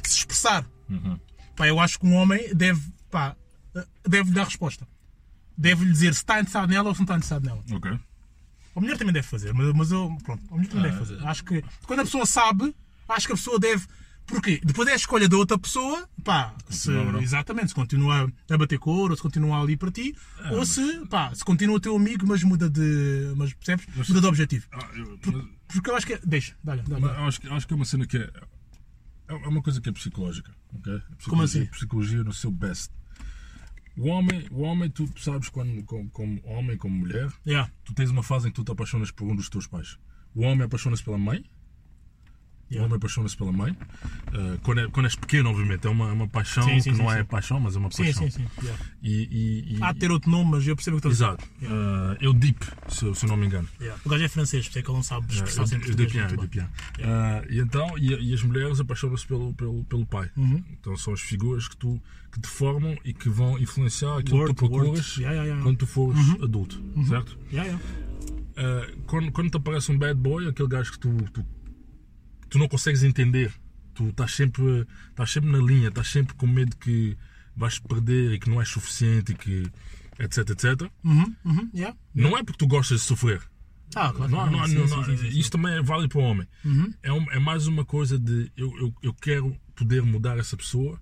[SPEAKER 1] se expressar, pá, eu acho que um homem deve, pá, eh, deve lhe dar resposta. Deve lhe dizer se está interessado nela ou se não está interessado nela.
[SPEAKER 2] Ok.
[SPEAKER 1] A mulher também deve fazer, mas, mas eu, pronto, a mulher também
[SPEAKER 2] Ah.
[SPEAKER 1] deve fazer. Acho que quando a pessoa sabe, acho que a pessoa deve. Porquê? Depois é a escolha da outra pessoa, pá, se,
[SPEAKER 2] Continua, bro.
[SPEAKER 1] exatamente, se continua a bater cor, ou se continua ali para ti,
[SPEAKER 2] Ah,
[SPEAKER 1] ou se, pá, se continua o teu amigo, mas muda de. Mas percebes? Muda de objetivo.
[SPEAKER 2] Ah, eu- mas-
[SPEAKER 1] Porque eu acho que. é- Deixa, dá-lhe, dá-lhe.
[SPEAKER 2] Mas eu acho, que- acho que é uma cena que é. É uma coisa que é psicológica. ok? A Psicologia,
[SPEAKER 1] Como assim?
[SPEAKER 2] Psicologia no seu best. O homem, o homem tu tu sabes, quando, como, como homem, como mulher,
[SPEAKER 1] Yeah,
[SPEAKER 2] tu tens uma fase em que tu te apaixonas por um dos teus pais. O homem apaixona-se pela mãe. O
[SPEAKER 1] Yeah.
[SPEAKER 2] homem apaixona-se pela mãe. Ah, quando, é, quando és pequeno, obviamente, é uma, é uma paixão
[SPEAKER 1] Sim, sim,
[SPEAKER 2] que não
[SPEAKER 1] sim,
[SPEAKER 2] é
[SPEAKER 1] sim.
[SPEAKER 2] paixão, mas é uma
[SPEAKER 1] Sim, sim,
[SPEAKER 2] paixão.
[SPEAKER 1] sim. yeah.
[SPEAKER 2] E, e- e-
[SPEAKER 1] Há de ter outro nome, mas eu percebo o que estás a dizer.
[SPEAKER 2] Exato. Ah, eu dip, se, eu- se eu não me engano.
[SPEAKER 1] Yeah. O gajo é francês, por isso é que ele não sabe expressar
[SPEAKER 2] Eu
[SPEAKER 1] sem
[SPEAKER 2] eu dei
[SPEAKER 1] português.
[SPEAKER 2] piá, eu
[SPEAKER 1] muito
[SPEAKER 2] dei
[SPEAKER 1] bem.
[SPEAKER 2] piá. Ah, E então, e, e as mulheres apaixonam-se pelo, pelo, pelo pai.
[SPEAKER 1] Uhum.
[SPEAKER 2] Então são as figuras que, tu, que te formam e que vão influenciar aquilo
[SPEAKER 1] Word,
[SPEAKER 2] que tu procuras
[SPEAKER 1] word. Yeah, yeah, yeah. Uhum.
[SPEAKER 2] quando tu fores adulto, certo?
[SPEAKER 1] Yeah, yeah.
[SPEAKER 2] Ah, quando, quando te aparece um bad boy, aquele gajo que tu, tu, que tu não consegues entender, tu estás sempre, estás sempre na linha, estás sempre com medo que vais perder e que não és suficiente e que etc, etc.
[SPEAKER 1] Uhum, uhum, yeah.
[SPEAKER 2] Não é porque tu gostas de sofrer.
[SPEAKER 1] Ah, claro.
[SPEAKER 2] Não, não,
[SPEAKER 1] sim,
[SPEAKER 2] não,
[SPEAKER 1] sim,
[SPEAKER 2] não,
[SPEAKER 1] sim, sim, sim.
[SPEAKER 2] Isso também é válido para o homem.
[SPEAKER 1] Uhum.
[SPEAKER 2] É, um- é mais uma coisa de eu, eu, eu quero poder mudar essa pessoa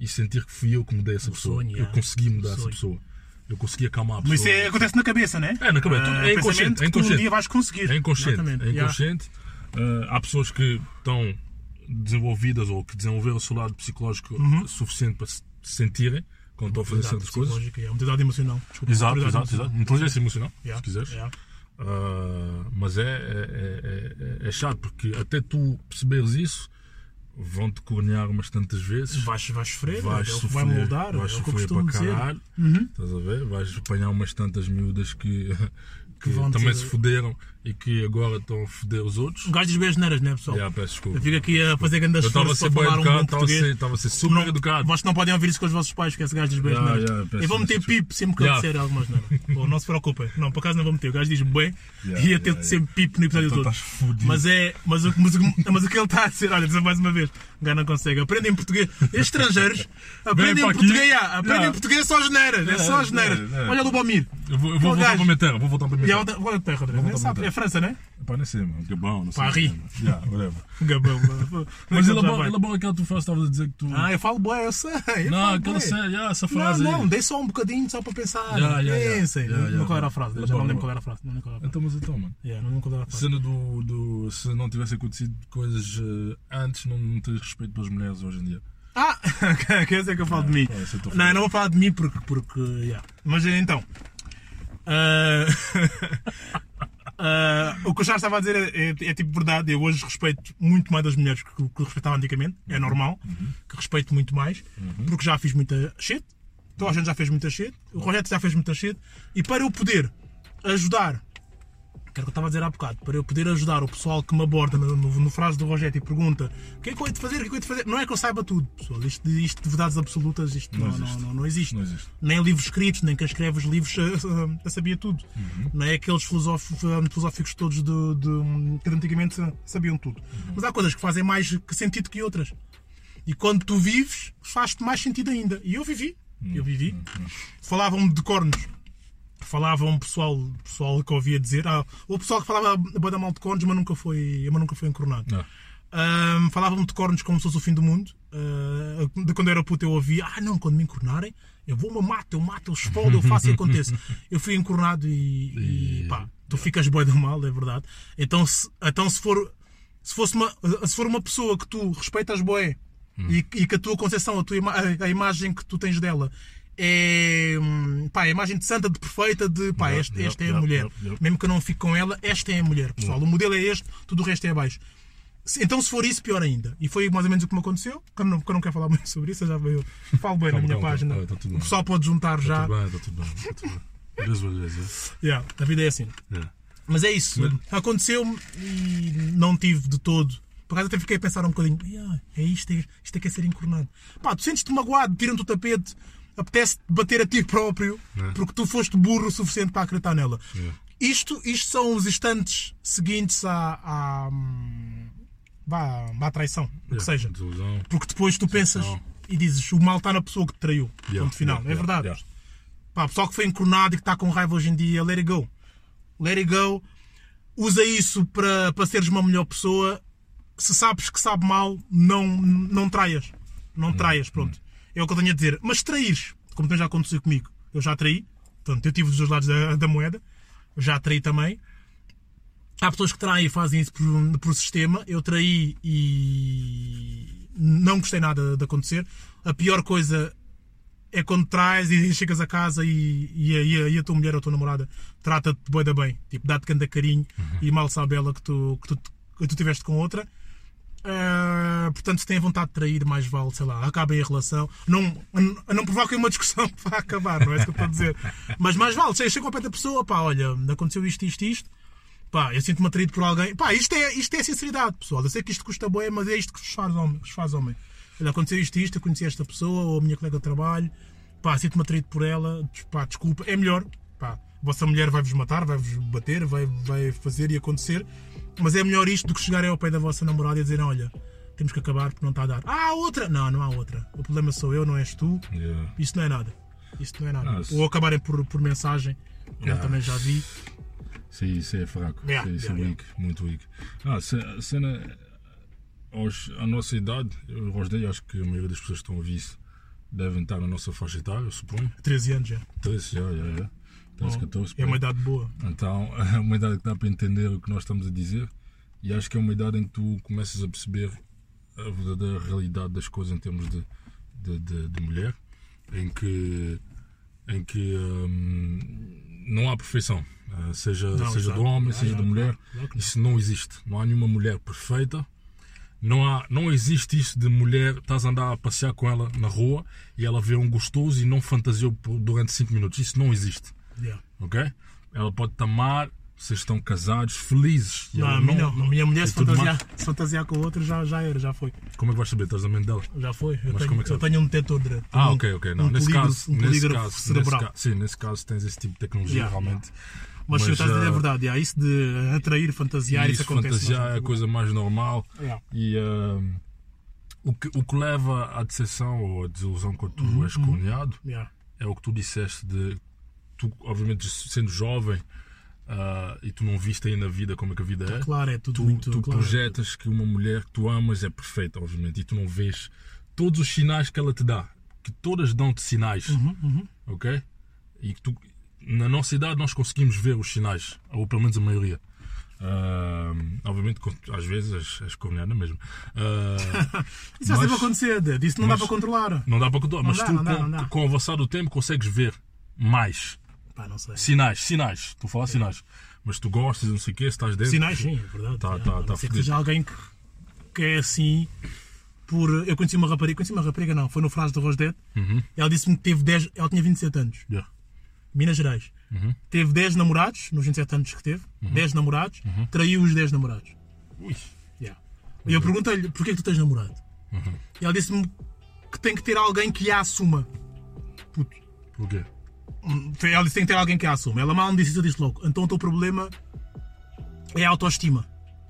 [SPEAKER 2] e sentir que fui eu que mudei essa pessoa.
[SPEAKER 1] sonho,
[SPEAKER 2] eu
[SPEAKER 1] é.
[SPEAKER 2] consegui mudar essa
[SPEAKER 1] Sonho.
[SPEAKER 2] pessoa. Eu consegui acalmar a pessoa.
[SPEAKER 1] Mas isso é- acontece na cabeça, né?
[SPEAKER 2] É, na cabeça. Tudo- é
[SPEAKER 1] Ah, pensamento
[SPEAKER 2] inconsciente, é
[SPEAKER 1] que tu
[SPEAKER 2] inconsciente.
[SPEAKER 1] um dia vais conseguir.
[SPEAKER 2] É inconsciente.
[SPEAKER 1] Exatamente.
[SPEAKER 2] É
[SPEAKER 1] Yeah.
[SPEAKER 2] inconsciente. Ah, há pessoas que estão desenvolvidas ou que desenvolveram o seu lado psicológico suficiente para se sentirem quando estão a fazer certas coisas.
[SPEAKER 1] Uhum. Psicológica, yeah. Maturidade é emocional. Desculpa,
[SPEAKER 2] Exato,
[SPEAKER 1] maturidade
[SPEAKER 2] exato,
[SPEAKER 1] emocional.
[SPEAKER 2] exato. Inteligência emocional,
[SPEAKER 1] Yeah,
[SPEAKER 2] se quiseres.
[SPEAKER 1] yeah.
[SPEAKER 2] Uh, mas é, é, é- é- é chato, porque até tu perceberes isso, vão-te cornear umas tantas vezes.
[SPEAKER 1] Vais, vais sofrer,
[SPEAKER 2] Vais
[SPEAKER 1] é o que
[SPEAKER 2] sofrer,
[SPEAKER 1] vai moldar,
[SPEAKER 2] vais
[SPEAKER 1] é o que eu
[SPEAKER 2] sofrer
[SPEAKER 1] costumo
[SPEAKER 2] para
[SPEAKER 1] dizer. Uhum.
[SPEAKER 2] caralho, estás a ver? Vais apanhar umas tantas miúdas que, que,
[SPEAKER 1] vão
[SPEAKER 2] também
[SPEAKER 1] dizer-
[SPEAKER 2] se fuderam e que agora estão a foder os outros.
[SPEAKER 1] Um gajo diz bem as neiras, não é, pessoal?
[SPEAKER 2] Yeah, peço desculpa.
[SPEAKER 1] Eu fico aqui a fazer grandes
[SPEAKER 2] Eu estava a
[SPEAKER 1] esforços
[SPEAKER 2] ser
[SPEAKER 1] para
[SPEAKER 2] bem
[SPEAKER 1] falar um
[SPEAKER 2] educado,
[SPEAKER 1] bom
[SPEAKER 2] estava a ser,
[SPEAKER 1] português.
[SPEAKER 2] estava a ser super
[SPEAKER 1] Não- é
[SPEAKER 2] educado.
[SPEAKER 1] Vocês não podem ouvir isso com os vossos pais, que esse gajo diz bem as
[SPEAKER 2] Yeah,
[SPEAKER 1] neiras.
[SPEAKER 2] yeah, peço
[SPEAKER 1] eu vou meter
[SPEAKER 2] desculpa.
[SPEAKER 1] pipo sempre que
[SPEAKER 2] Yeah.
[SPEAKER 1] eu disser algumas neiras. Bom, não se preocupem. Não, por acaso não vou meter. O gajo diz bem
[SPEAKER 2] Yeah,
[SPEAKER 1] e ia
[SPEAKER 2] yeah,
[SPEAKER 1] ter
[SPEAKER 2] yeah.
[SPEAKER 1] de sempre pipo no episódio
[SPEAKER 2] Então
[SPEAKER 1] todo.
[SPEAKER 2] estás fudido.
[SPEAKER 1] Mas é. Mas, o- mas, o- mas o que ele está a dizer, olha, dizer mais uma vez, o gajo não consegue. Aprendem português. Estrangeiros aprendem
[SPEAKER 2] para aqui.
[SPEAKER 1] português. ah, Aprendem
[SPEAKER 2] Yeah.
[SPEAKER 1] português só as neiras. É só as neiras.
[SPEAKER 2] é, é.
[SPEAKER 1] Olha, Lubomir.
[SPEAKER 2] Eu vou,
[SPEAKER 1] Aquele
[SPEAKER 2] eu vou voltar
[SPEAKER 1] gajo.
[SPEAKER 2] para a minha terra. Vou voltar para a
[SPEAKER 1] E
[SPEAKER 2] minha
[SPEAKER 1] a
[SPEAKER 2] terra.
[SPEAKER 1] outra, qual é a terra?
[SPEAKER 2] Vou
[SPEAKER 1] Nem
[SPEAKER 2] voltar
[SPEAKER 1] sabe, é
[SPEAKER 2] muito.
[SPEAKER 1] França, né?
[SPEAKER 2] Pá, nem sei, mano. Gabão, não sei.
[SPEAKER 1] Paris.
[SPEAKER 2] Yeah, whatever.
[SPEAKER 1] Gabão, mano.
[SPEAKER 2] Mas ele é
[SPEAKER 1] Já
[SPEAKER 2] bom,
[SPEAKER 1] vai.
[SPEAKER 2] ele é bom aquela que tu fazes, estavas a dizer que tu.
[SPEAKER 1] Ah, eu falo boé, eu sei. eu
[SPEAKER 2] não,
[SPEAKER 1] falo
[SPEAKER 2] aquela
[SPEAKER 1] bué.
[SPEAKER 2] série, yeah, essa
[SPEAKER 1] Não,
[SPEAKER 2] frase. aí.
[SPEAKER 1] não, dei só um bocadinho só para pensar.
[SPEAKER 2] Yeah, yeah, yeah.
[SPEAKER 1] Pensem.
[SPEAKER 2] Yeah, yeah,
[SPEAKER 1] Não, qual era a
[SPEAKER 2] yeah.
[SPEAKER 1] frase?
[SPEAKER 2] Ele é
[SPEAKER 1] Já
[SPEAKER 2] bom,
[SPEAKER 1] não
[SPEAKER 2] ele
[SPEAKER 1] lembro
[SPEAKER 2] é bom.
[SPEAKER 1] qual era a frase. Não lembro qual era a frase.
[SPEAKER 2] Então, mas então, mano.
[SPEAKER 1] Yeah, não lembro qual era a
[SPEAKER 2] A
[SPEAKER 1] frase.
[SPEAKER 2] cena do, do. Se não tivesse acontecido coisas eh, antes, não, não tens respeito pelas mulheres hoje em dia.
[SPEAKER 1] Ah, quer dizer que eu falo de mim.
[SPEAKER 2] pá, isso eu tô
[SPEAKER 1] não,
[SPEAKER 2] falando.
[SPEAKER 1] eu não vou falar de mim porque. porque yeah. Mas então. ah, ah, o que o Charles estava a dizer é, é- é tipo verdade. Eu hoje respeito muito mais as mulheres que, que respeitava antigamente. É normal. Que respeito muito mais. Porque já fiz muita shit. Então a gente já fez muita shit. O Rogério já fez muita shit. E para eu poder ajudar que era o que eu estava a dizer há bocado, para eu poder ajudar o pessoal que me aborda no, no, no frase do Rogério e pergunta o que é que eu hei de fazer, o que é que eu hei de fazer, não é que eu saiba tudo, pessoal. Isto, de- isto de verdades absolutas, isto não, não,
[SPEAKER 2] existe.
[SPEAKER 1] não- não existe.
[SPEAKER 2] Não existe.
[SPEAKER 1] Nem livros escritos, nem quem escreve os livros eh, eh, sabia tudo.
[SPEAKER 2] Uhum.
[SPEAKER 1] Nem aqueles filosóficos, eh, filosóficos todos de, de- que antigamente eh, sabiam tudo.
[SPEAKER 2] Uhum.
[SPEAKER 1] Mas há coisas que fazem mais que sentido que outras. E quando tu vives, faz-te mais sentido ainda. E eu vivi.
[SPEAKER 2] Uhum.
[SPEAKER 1] Eu vivi. Falavam-me de cornos. Falavam pessoal, pessoal que ouvia dizer. Ah, o pessoal que falava boa da mal de cornos, mas nunca foi, mas nunca foi encoronado.
[SPEAKER 2] Não.
[SPEAKER 1] Ahm, Falavam-me de cornos como se fosse o fim do mundo. Ah, de quando eu era puto eu ouvia, ah não, quando me encornarem, eu vou-me mato, eu mato, eu espalho, eu faço e acontece. Eu fui encornado e, e pá, tu ficas boi do mal, é verdade. Então se, então, se for se, fosse uma, se for uma pessoa que tu respeitas boé e, e que a tua concepção, a, tua ima- a- a imagem que tu tens dela é hum, pá, a imagem de santa, de perfeita, de pá,
[SPEAKER 2] Yeah,
[SPEAKER 1] esta,
[SPEAKER 2] yeah,
[SPEAKER 1] esta é a
[SPEAKER 2] yeah,
[SPEAKER 1] mulher.
[SPEAKER 2] yeah, yeah.
[SPEAKER 1] Mesmo que eu não fique com ela, esta é a mulher, pessoal. O modelo é este, tudo o resto é abaixo. Se- Então, se for isso, pior ainda. E foi mais ou menos o que me aconteceu. Que eu não, que eu não quero falar muito sobre isso, eu já eu falo bem na
[SPEAKER 2] Calma,
[SPEAKER 1] minha
[SPEAKER 2] calma,
[SPEAKER 1] página.
[SPEAKER 2] calma, tá tudo bem.
[SPEAKER 1] o pessoal pode juntar já.
[SPEAKER 2] Está Tá tudo bem, está tudo bem. Às vezes, às vezes.
[SPEAKER 1] Yeah, a vida é assim.
[SPEAKER 2] é. É.
[SPEAKER 1] Mas é isso. Aconteceu-me e não tive de todo. Por acaso até fiquei a pensar um bocadinho. "Ya, é isto, é, isto é que é ser encornado. Pá, tu sentes-te magoado, tiram-te o tapete, apetece-te bater a ti próprio,
[SPEAKER 2] É.
[SPEAKER 1] porque tu foste burro o suficiente para acreditar nela.
[SPEAKER 2] É.
[SPEAKER 1] Isto, isto são os instantes seguintes à, à, hum, vá, à traição, o que
[SPEAKER 2] Yeah,
[SPEAKER 1] seja.
[SPEAKER 2] Desilusão.
[SPEAKER 1] Porque depois tu pensas
[SPEAKER 2] Não.
[SPEAKER 1] e dizes, o mal está na pessoa que te traiu.
[SPEAKER 2] Yeah,
[SPEAKER 1] ponto final.
[SPEAKER 2] yeah,
[SPEAKER 1] é
[SPEAKER 2] yeah,
[SPEAKER 1] verdade.
[SPEAKER 2] yeah.
[SPEAKER 1] Pá, o pessoal que foi encornado e que está com raiva hoje em dia, let it go. Let it go. Usa isso para, para seres uma melhor pessoa. Se sabes que sabe mal, não, não traias. Não traias, pronto. É o que eu tenho a dizer. Mas trair, como também já aconteceu comigo, eu já traí. Portanto, eu tive dos dois lados da, da moeda. Eu Já traí também. Há pessoas que traem e fazem isso por, por sistema. Eu traí e não gostei nada de acontecer. A pior coisa é quando traz e chegas a casa e, e, a- e a, e a tua mulher ou a tua namorada trata-te de boida bem, tipo, dá-te grande carinho e mal sabe ela que tu, que tu, que tu tiveste com outra. Ah, portanto, se têm vontade de trair, mais vale, sei lá, acabem a relação. Não, n- não provoquem uma discussão para acabar, não é isso que eu estou a dizer. Mas mais vale, che- chega ao pé da pessoa, pá, olha, aconteceu isto, isto, isto. Pá, eu sinto-me atraído por alguém. Pá, isto é, isto é sinceridade, pessoal. Eu sei que isto custa bem, mas é isto que vos faz homem. Vos faz homem. Olha, aconteceu isto, isto, eu conheci esta pessoa, ou a minha colega de trabalho. Pá, sinto-me atraído por ela. Des- Pá, desculpa, é melhor. Pá, a vossa mulher vai-vos matar, vai-vos bater, vai, vai fazer e acontecer. Mas é melhor isto do que chegarem ao pé da vossa namorada e dizerem, olha, temos que acabar porque não está a dar. Ah, há outra! Não, não há outra. O problema sou eu, não és tu.
[SPEAKER 2] Yeah.
[SPEAKER 1] Isso não é nada. Isso não é nada.
[SPEAKER 2] Ah, isso-
[SPEAKER 1] Ou acabarem por, por mensagem, como eu
[SPEAKER 2] Ah.
[SPEAKER 1] também já vi.
[SPEAKER 2] Sim, isso é fraco.
[SPEAKER 1] Yeah,
[SPEAKER 2] Sim, isso é
[SPEAKER 1] yeah,
[SPEAKER 2] weak, muito weak. Ah, ce- a cena. Aos, à nossa idade, eu Rosdei, acho que a maioria das pessoas que estão a ouvir isso devem estar na nossa faixa etária, eu suponho.
[SPEAKER 1] 13 anos já.
[SPEAKER 2] 13, já, já, já. 13, 14.
[SPEAKER 1] É
[SPEAKER 2] por
[SPEAKER 1] uma
[SPEAKER 2] aí.
[SPEAKER 1] idade boa.
[SPEAKER 2] Então, é uma idade que dá para entender o que nós estamos a dizer e acho que é uma idade em que tu começas a perceber a verdadeira realidade das coisas em termos de, de, de- de mulher, em que, em que hum, não há perfeição, Ah, seja,
[SPEAKER 1] Não,
[SPEAKER 2] seja
[SPEAKER 1] exato.
[SPEAKER 2] do homem,
[SPEAKER 1] Ah,
[SPEAKER 2] seja da
[SPEAKER 1] já,
[SPEAKER 2] mulher,
[SPEAKER 1] claro que não.
[SPEAKER 2] isso não existe. Não há nenhuma mulher perfeita. Não, há, não existe isso de mulher, estás a andar a passear com ela na rua e ela vê um gostoso e não fantasiou por- durante 5 minutos. Isso não existe
[SPEAKER 1] Yeah.
[SPEAKER 2] ok? Ela pode te amar, vocês estão casados, felizes. E
[SPEAKER 1] Não,
[SPEAKER 2] ela
[SPEAKER 1] a mim não. A minha mulher
[SPEAKER 2] e
[SPEAKER 1] se
[SPEAKER 2] é tudo
[SPEAKER 1] fantasiar,
[SPEAKER 2] mais.
[SPEAKER 1] se fantasiar com outro já, já era, já foi.
[SPEAKER 2] Como é que vais saber? Estás na mente dela?
[SPEAKER 1] Já foi. Eu,
[SPEAKER 2] Mas
[SPEAKER 1] tenho,
[SPEAKER 2] como é que
[SPEAKER 1] eu
[SPEAKER 2] sabe?
[SPEAKER 1] tenho um detetor de.
[SPEAKER 2] Ah,
[SPEAKER 1] um-
[SPEAKER 2] ok, ok. Não,
[SPEAKER 1] um
[SPEAKER 2] nesse,
[SPEAKER 1] polígrafo-
[SPEAKER 2] caso,
[SPEAKER 1] um
[SPEAKER 2] nesse,
[SPEAKER 1] polígrafo
[SPEAKER 2] caso, nesse
[SPEAKER 1] cerebral.
[SPEAKER 2] caso, sim, nesse caso tens esse tipo de tecnologia
[SPEAKER 1] Yeah,
[SPEAKER 2] realmente.
[SPEAKER 1] mas, se eu
[SPEAKER 2] mas,
[SPEAKER 1] estás a dizer
[SPEAKER 2] ah,
[SPEAKER 1] a verdade, yeah, isso de atrair, fantasiar,
[SPEAKER 2] E
[SPEAKER 1] isso,
[SPEAKER 2] isso,
[SPEAKER 1] acontece. É,
[SPEAKER 2] fantasiar
[SPEAKER 1] nós
[SPEAKER 2] é a
[SPEAKER 1] não-
[SPEAKER 2] coisa mais normal.
[SPEAKER 1] Yeah.
[SPEAKER 2] E hum, o, que, o que
[SPEAKER 1] Uhum,
[SPEAKER 2] leva à decepção ou à desilusão quando tu és corneado
[SPEAKER 1] Yeah.
[SPEAKER 2] é o que tu disseste de tu, obviamente, sendo jovem ah, e tu não viste ainda a vida como é que a vida é,
[SPEAKER 1] Claro, é tudo
[SPEAKER 2] tu,
[SPEAKER 1] muito.
[SPEAKER 2] tu
[SPEAKER 1] claro.
[SPEAKER 2] projetas que uma mulher que tu amas é perfeita, obviamente, e tu não vês todos os sinais que ela te dá, que todas dão-te sinais,
[SPEAKER 1] Uhum,
[SPEAKER 2] ok? E que tu, na nossa idade nós conseguimos ver os sinais, ou pelo menos a maioria. Ah, obviamente, com- às vezes as, as coreanas é mesmo. Ah,
[SPEAKER 1] Isso vai sempre
[SPEAKER 2] mas-
[SPEAKER 1] acontecer, Ded. Isso não
[SPEAKER 2] mas-
[SPEAKER 1] dá para controlar.
[SPEAKER 2] não dá para controlar, mas
[SPEAKER 1] dá,
[SPEAKER 2] tu
[SPEAKER 1] não dá,
[SPEAKER 2] com,
[SPEAKER 1] não dá.
[SPEAKER 2] com o avançar do tempo consegues ver mais
[SPEAKER 1] Pá, não sei.
[SPEAKER 2] sinais, sinais, estou a falar sinais, mas tu gostas, não sei o quê, se estás
[SPEAKER 1] É.
[SPEAKER 2] dentro.
[SPEAKER 1] Sinais, sim, é verdade.
[SPEAKER 2] Tá,
[SPEAKER 1] é,
[SPEAKER 2] tá,
[SPEAKER 1] a não
[SPEAKER 2] tá
[SPEAKER 1] ser que
[SPEAKER 2] fudido.
[SPEAKER 1] seja alguém que, que é assim. Por, eu conheci uma rapariga, conheci uma rapariga não, foi no Franz do Rosdet.
[SPEAKER 2] Uhum.
[SPEAKER 1] Ela disse-me que teve 10, ela tinha 27 anos,
[SPEAKER 2] Yeah.
[SPEAKER 1] Minas Gerais. Teve 10 namorados, nos 27 anos que teve, 10 namorados, traiu os 10 namorados.
[SPEAKER 2] Ui,
[SPEAKER 1] Yeah. E eu perguntei-lhe, porquê que tu tens namorado? E ela disse-me que tem que ter alguém que a assuma. Puto,
[SPEAKER 2] porquê?
[SPEAKER 1] foi- ela disse que tem que ter alguém que a assuma. Ela mal me disse isso, eu disse logo, então o teu problema é a autoestima.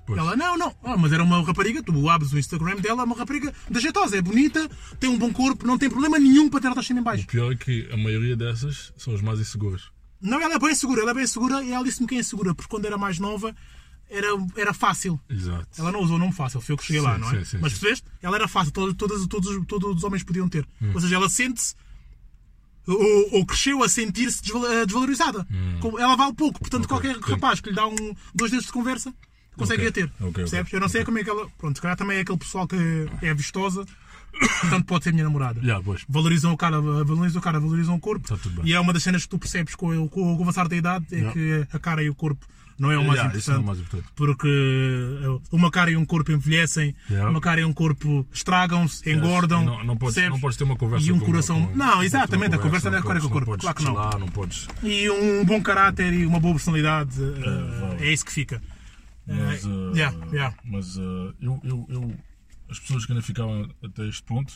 [SPEAKER 2] Pois.
[SPEAKER 1] Ela, não, não, ah, mas era uma rapariga, tu abres o Instagram dela, é uma rapariga da jeitosa, é bonita, tem um bom corpo, não tem problema nenhum para ter autoestima em baixo.
[SPEAKER 2] O pior é que a maioria dessas são as mais inseguras.
[SPEAKER 1] Não, ela é bem segura, ela é bem segura e ela disse-me que é segura, porque quando era mais nova era, era fácil.
[SPEAKER 2] Exato.
[SPEAKER 1] Ela não usou o nome fácil, foi eu que cheguei lá,
[SPEAKER 2] Sim,
[SPEAKER 1] não é?
[SPEAKER 2] sim, sim,
[SPEAKER 1] Mas
[SPEAKER 2] sim.
[SPEAKER 1] percebeste? Ela era fácil, todas, todas, todos, os- todos os homens podiam ter.
[SPEAKER 2] Hum.
[SPEAKER 1] Ou seja, ela sente-se ou, ou cresceu a sentir-se desval- eh, desvalorizada.
[SPEAKER 2] Hum.
[SPEAKER 1] Como- Ela vale pouco, portanto, qualquer
[SPEAKER 2] entendo.
[SPEAKER 1] rapaz que lhe dá um, dois dedos de conversa consegue a
[SPEAKER 2] Ok,
[SPEAKER 1] ter.
[SPEAKER 2] ok,
[SPEAKER 1] percebes?
[SPEAKER 2] ok,
[SPEAKER 1] eu não sei como é que ela. Pronto, se calhar também é aquele pessoal que é vistosa, portanto, pode ser minha namorada
[SPEAKER 2] Já, pois.
[SPEAKER 1] valorizam o cara, valorizam o cara, valorizam o corpo.
[SPEAKER 2] Tá tudo bem.
[SPEAKER 1] E é uma das cenas que tu percebes com, o- com o avançar da idade, é
[SPEAKER 2] Yeah.
[SPEAKER 1] que a cara e o corpo não é o mais
[SPEAKER 2] Yeah, isso
[SPEAKER 1] importante.
[SPEAKER 2] não é o mais importante.
[SPEAKER 1] Porque uma cara e um corpo envelhecem,
[SPEAKER 2] Yeah.
[SPEAKER 1] uma cara e um corpo estragam-se, engordam.
[SPEAKER 2] Não, não, podes,
[SPEAKER 1] percebes?
[SPEAKER 2] não podes ter uma conversa
[SPEAKER 1] E um
[SPEAKER 2] com-
[SPEAKER 1] coração.
[SPEAKER 2] com-
[SPEAKER 1] não, exatamente, a
[SPEAKER 2] não
[SPEAKER 1] conversa não é
[SPEAKER 2] podes-
[SPEAKER 1] com a cara e com o corpo,
[SPEAKER 2] podes
[SPEAKER 1] claro que não.
[SPEAKER 2] chilar, não podes.
[SPEAKER 1] E um bom caráter e uma boa personalidade, eh, é isso que fica.
[SPEAKER 2] Mas,
[SPEAKER 1] Eh,
[SPEAKER 2] eh,
[SPEAKER 1] yeah, yeah.
[SPEAKER 2] mas eh, eu, eu, eu- as pessoas que ainda ficavam até este ponto,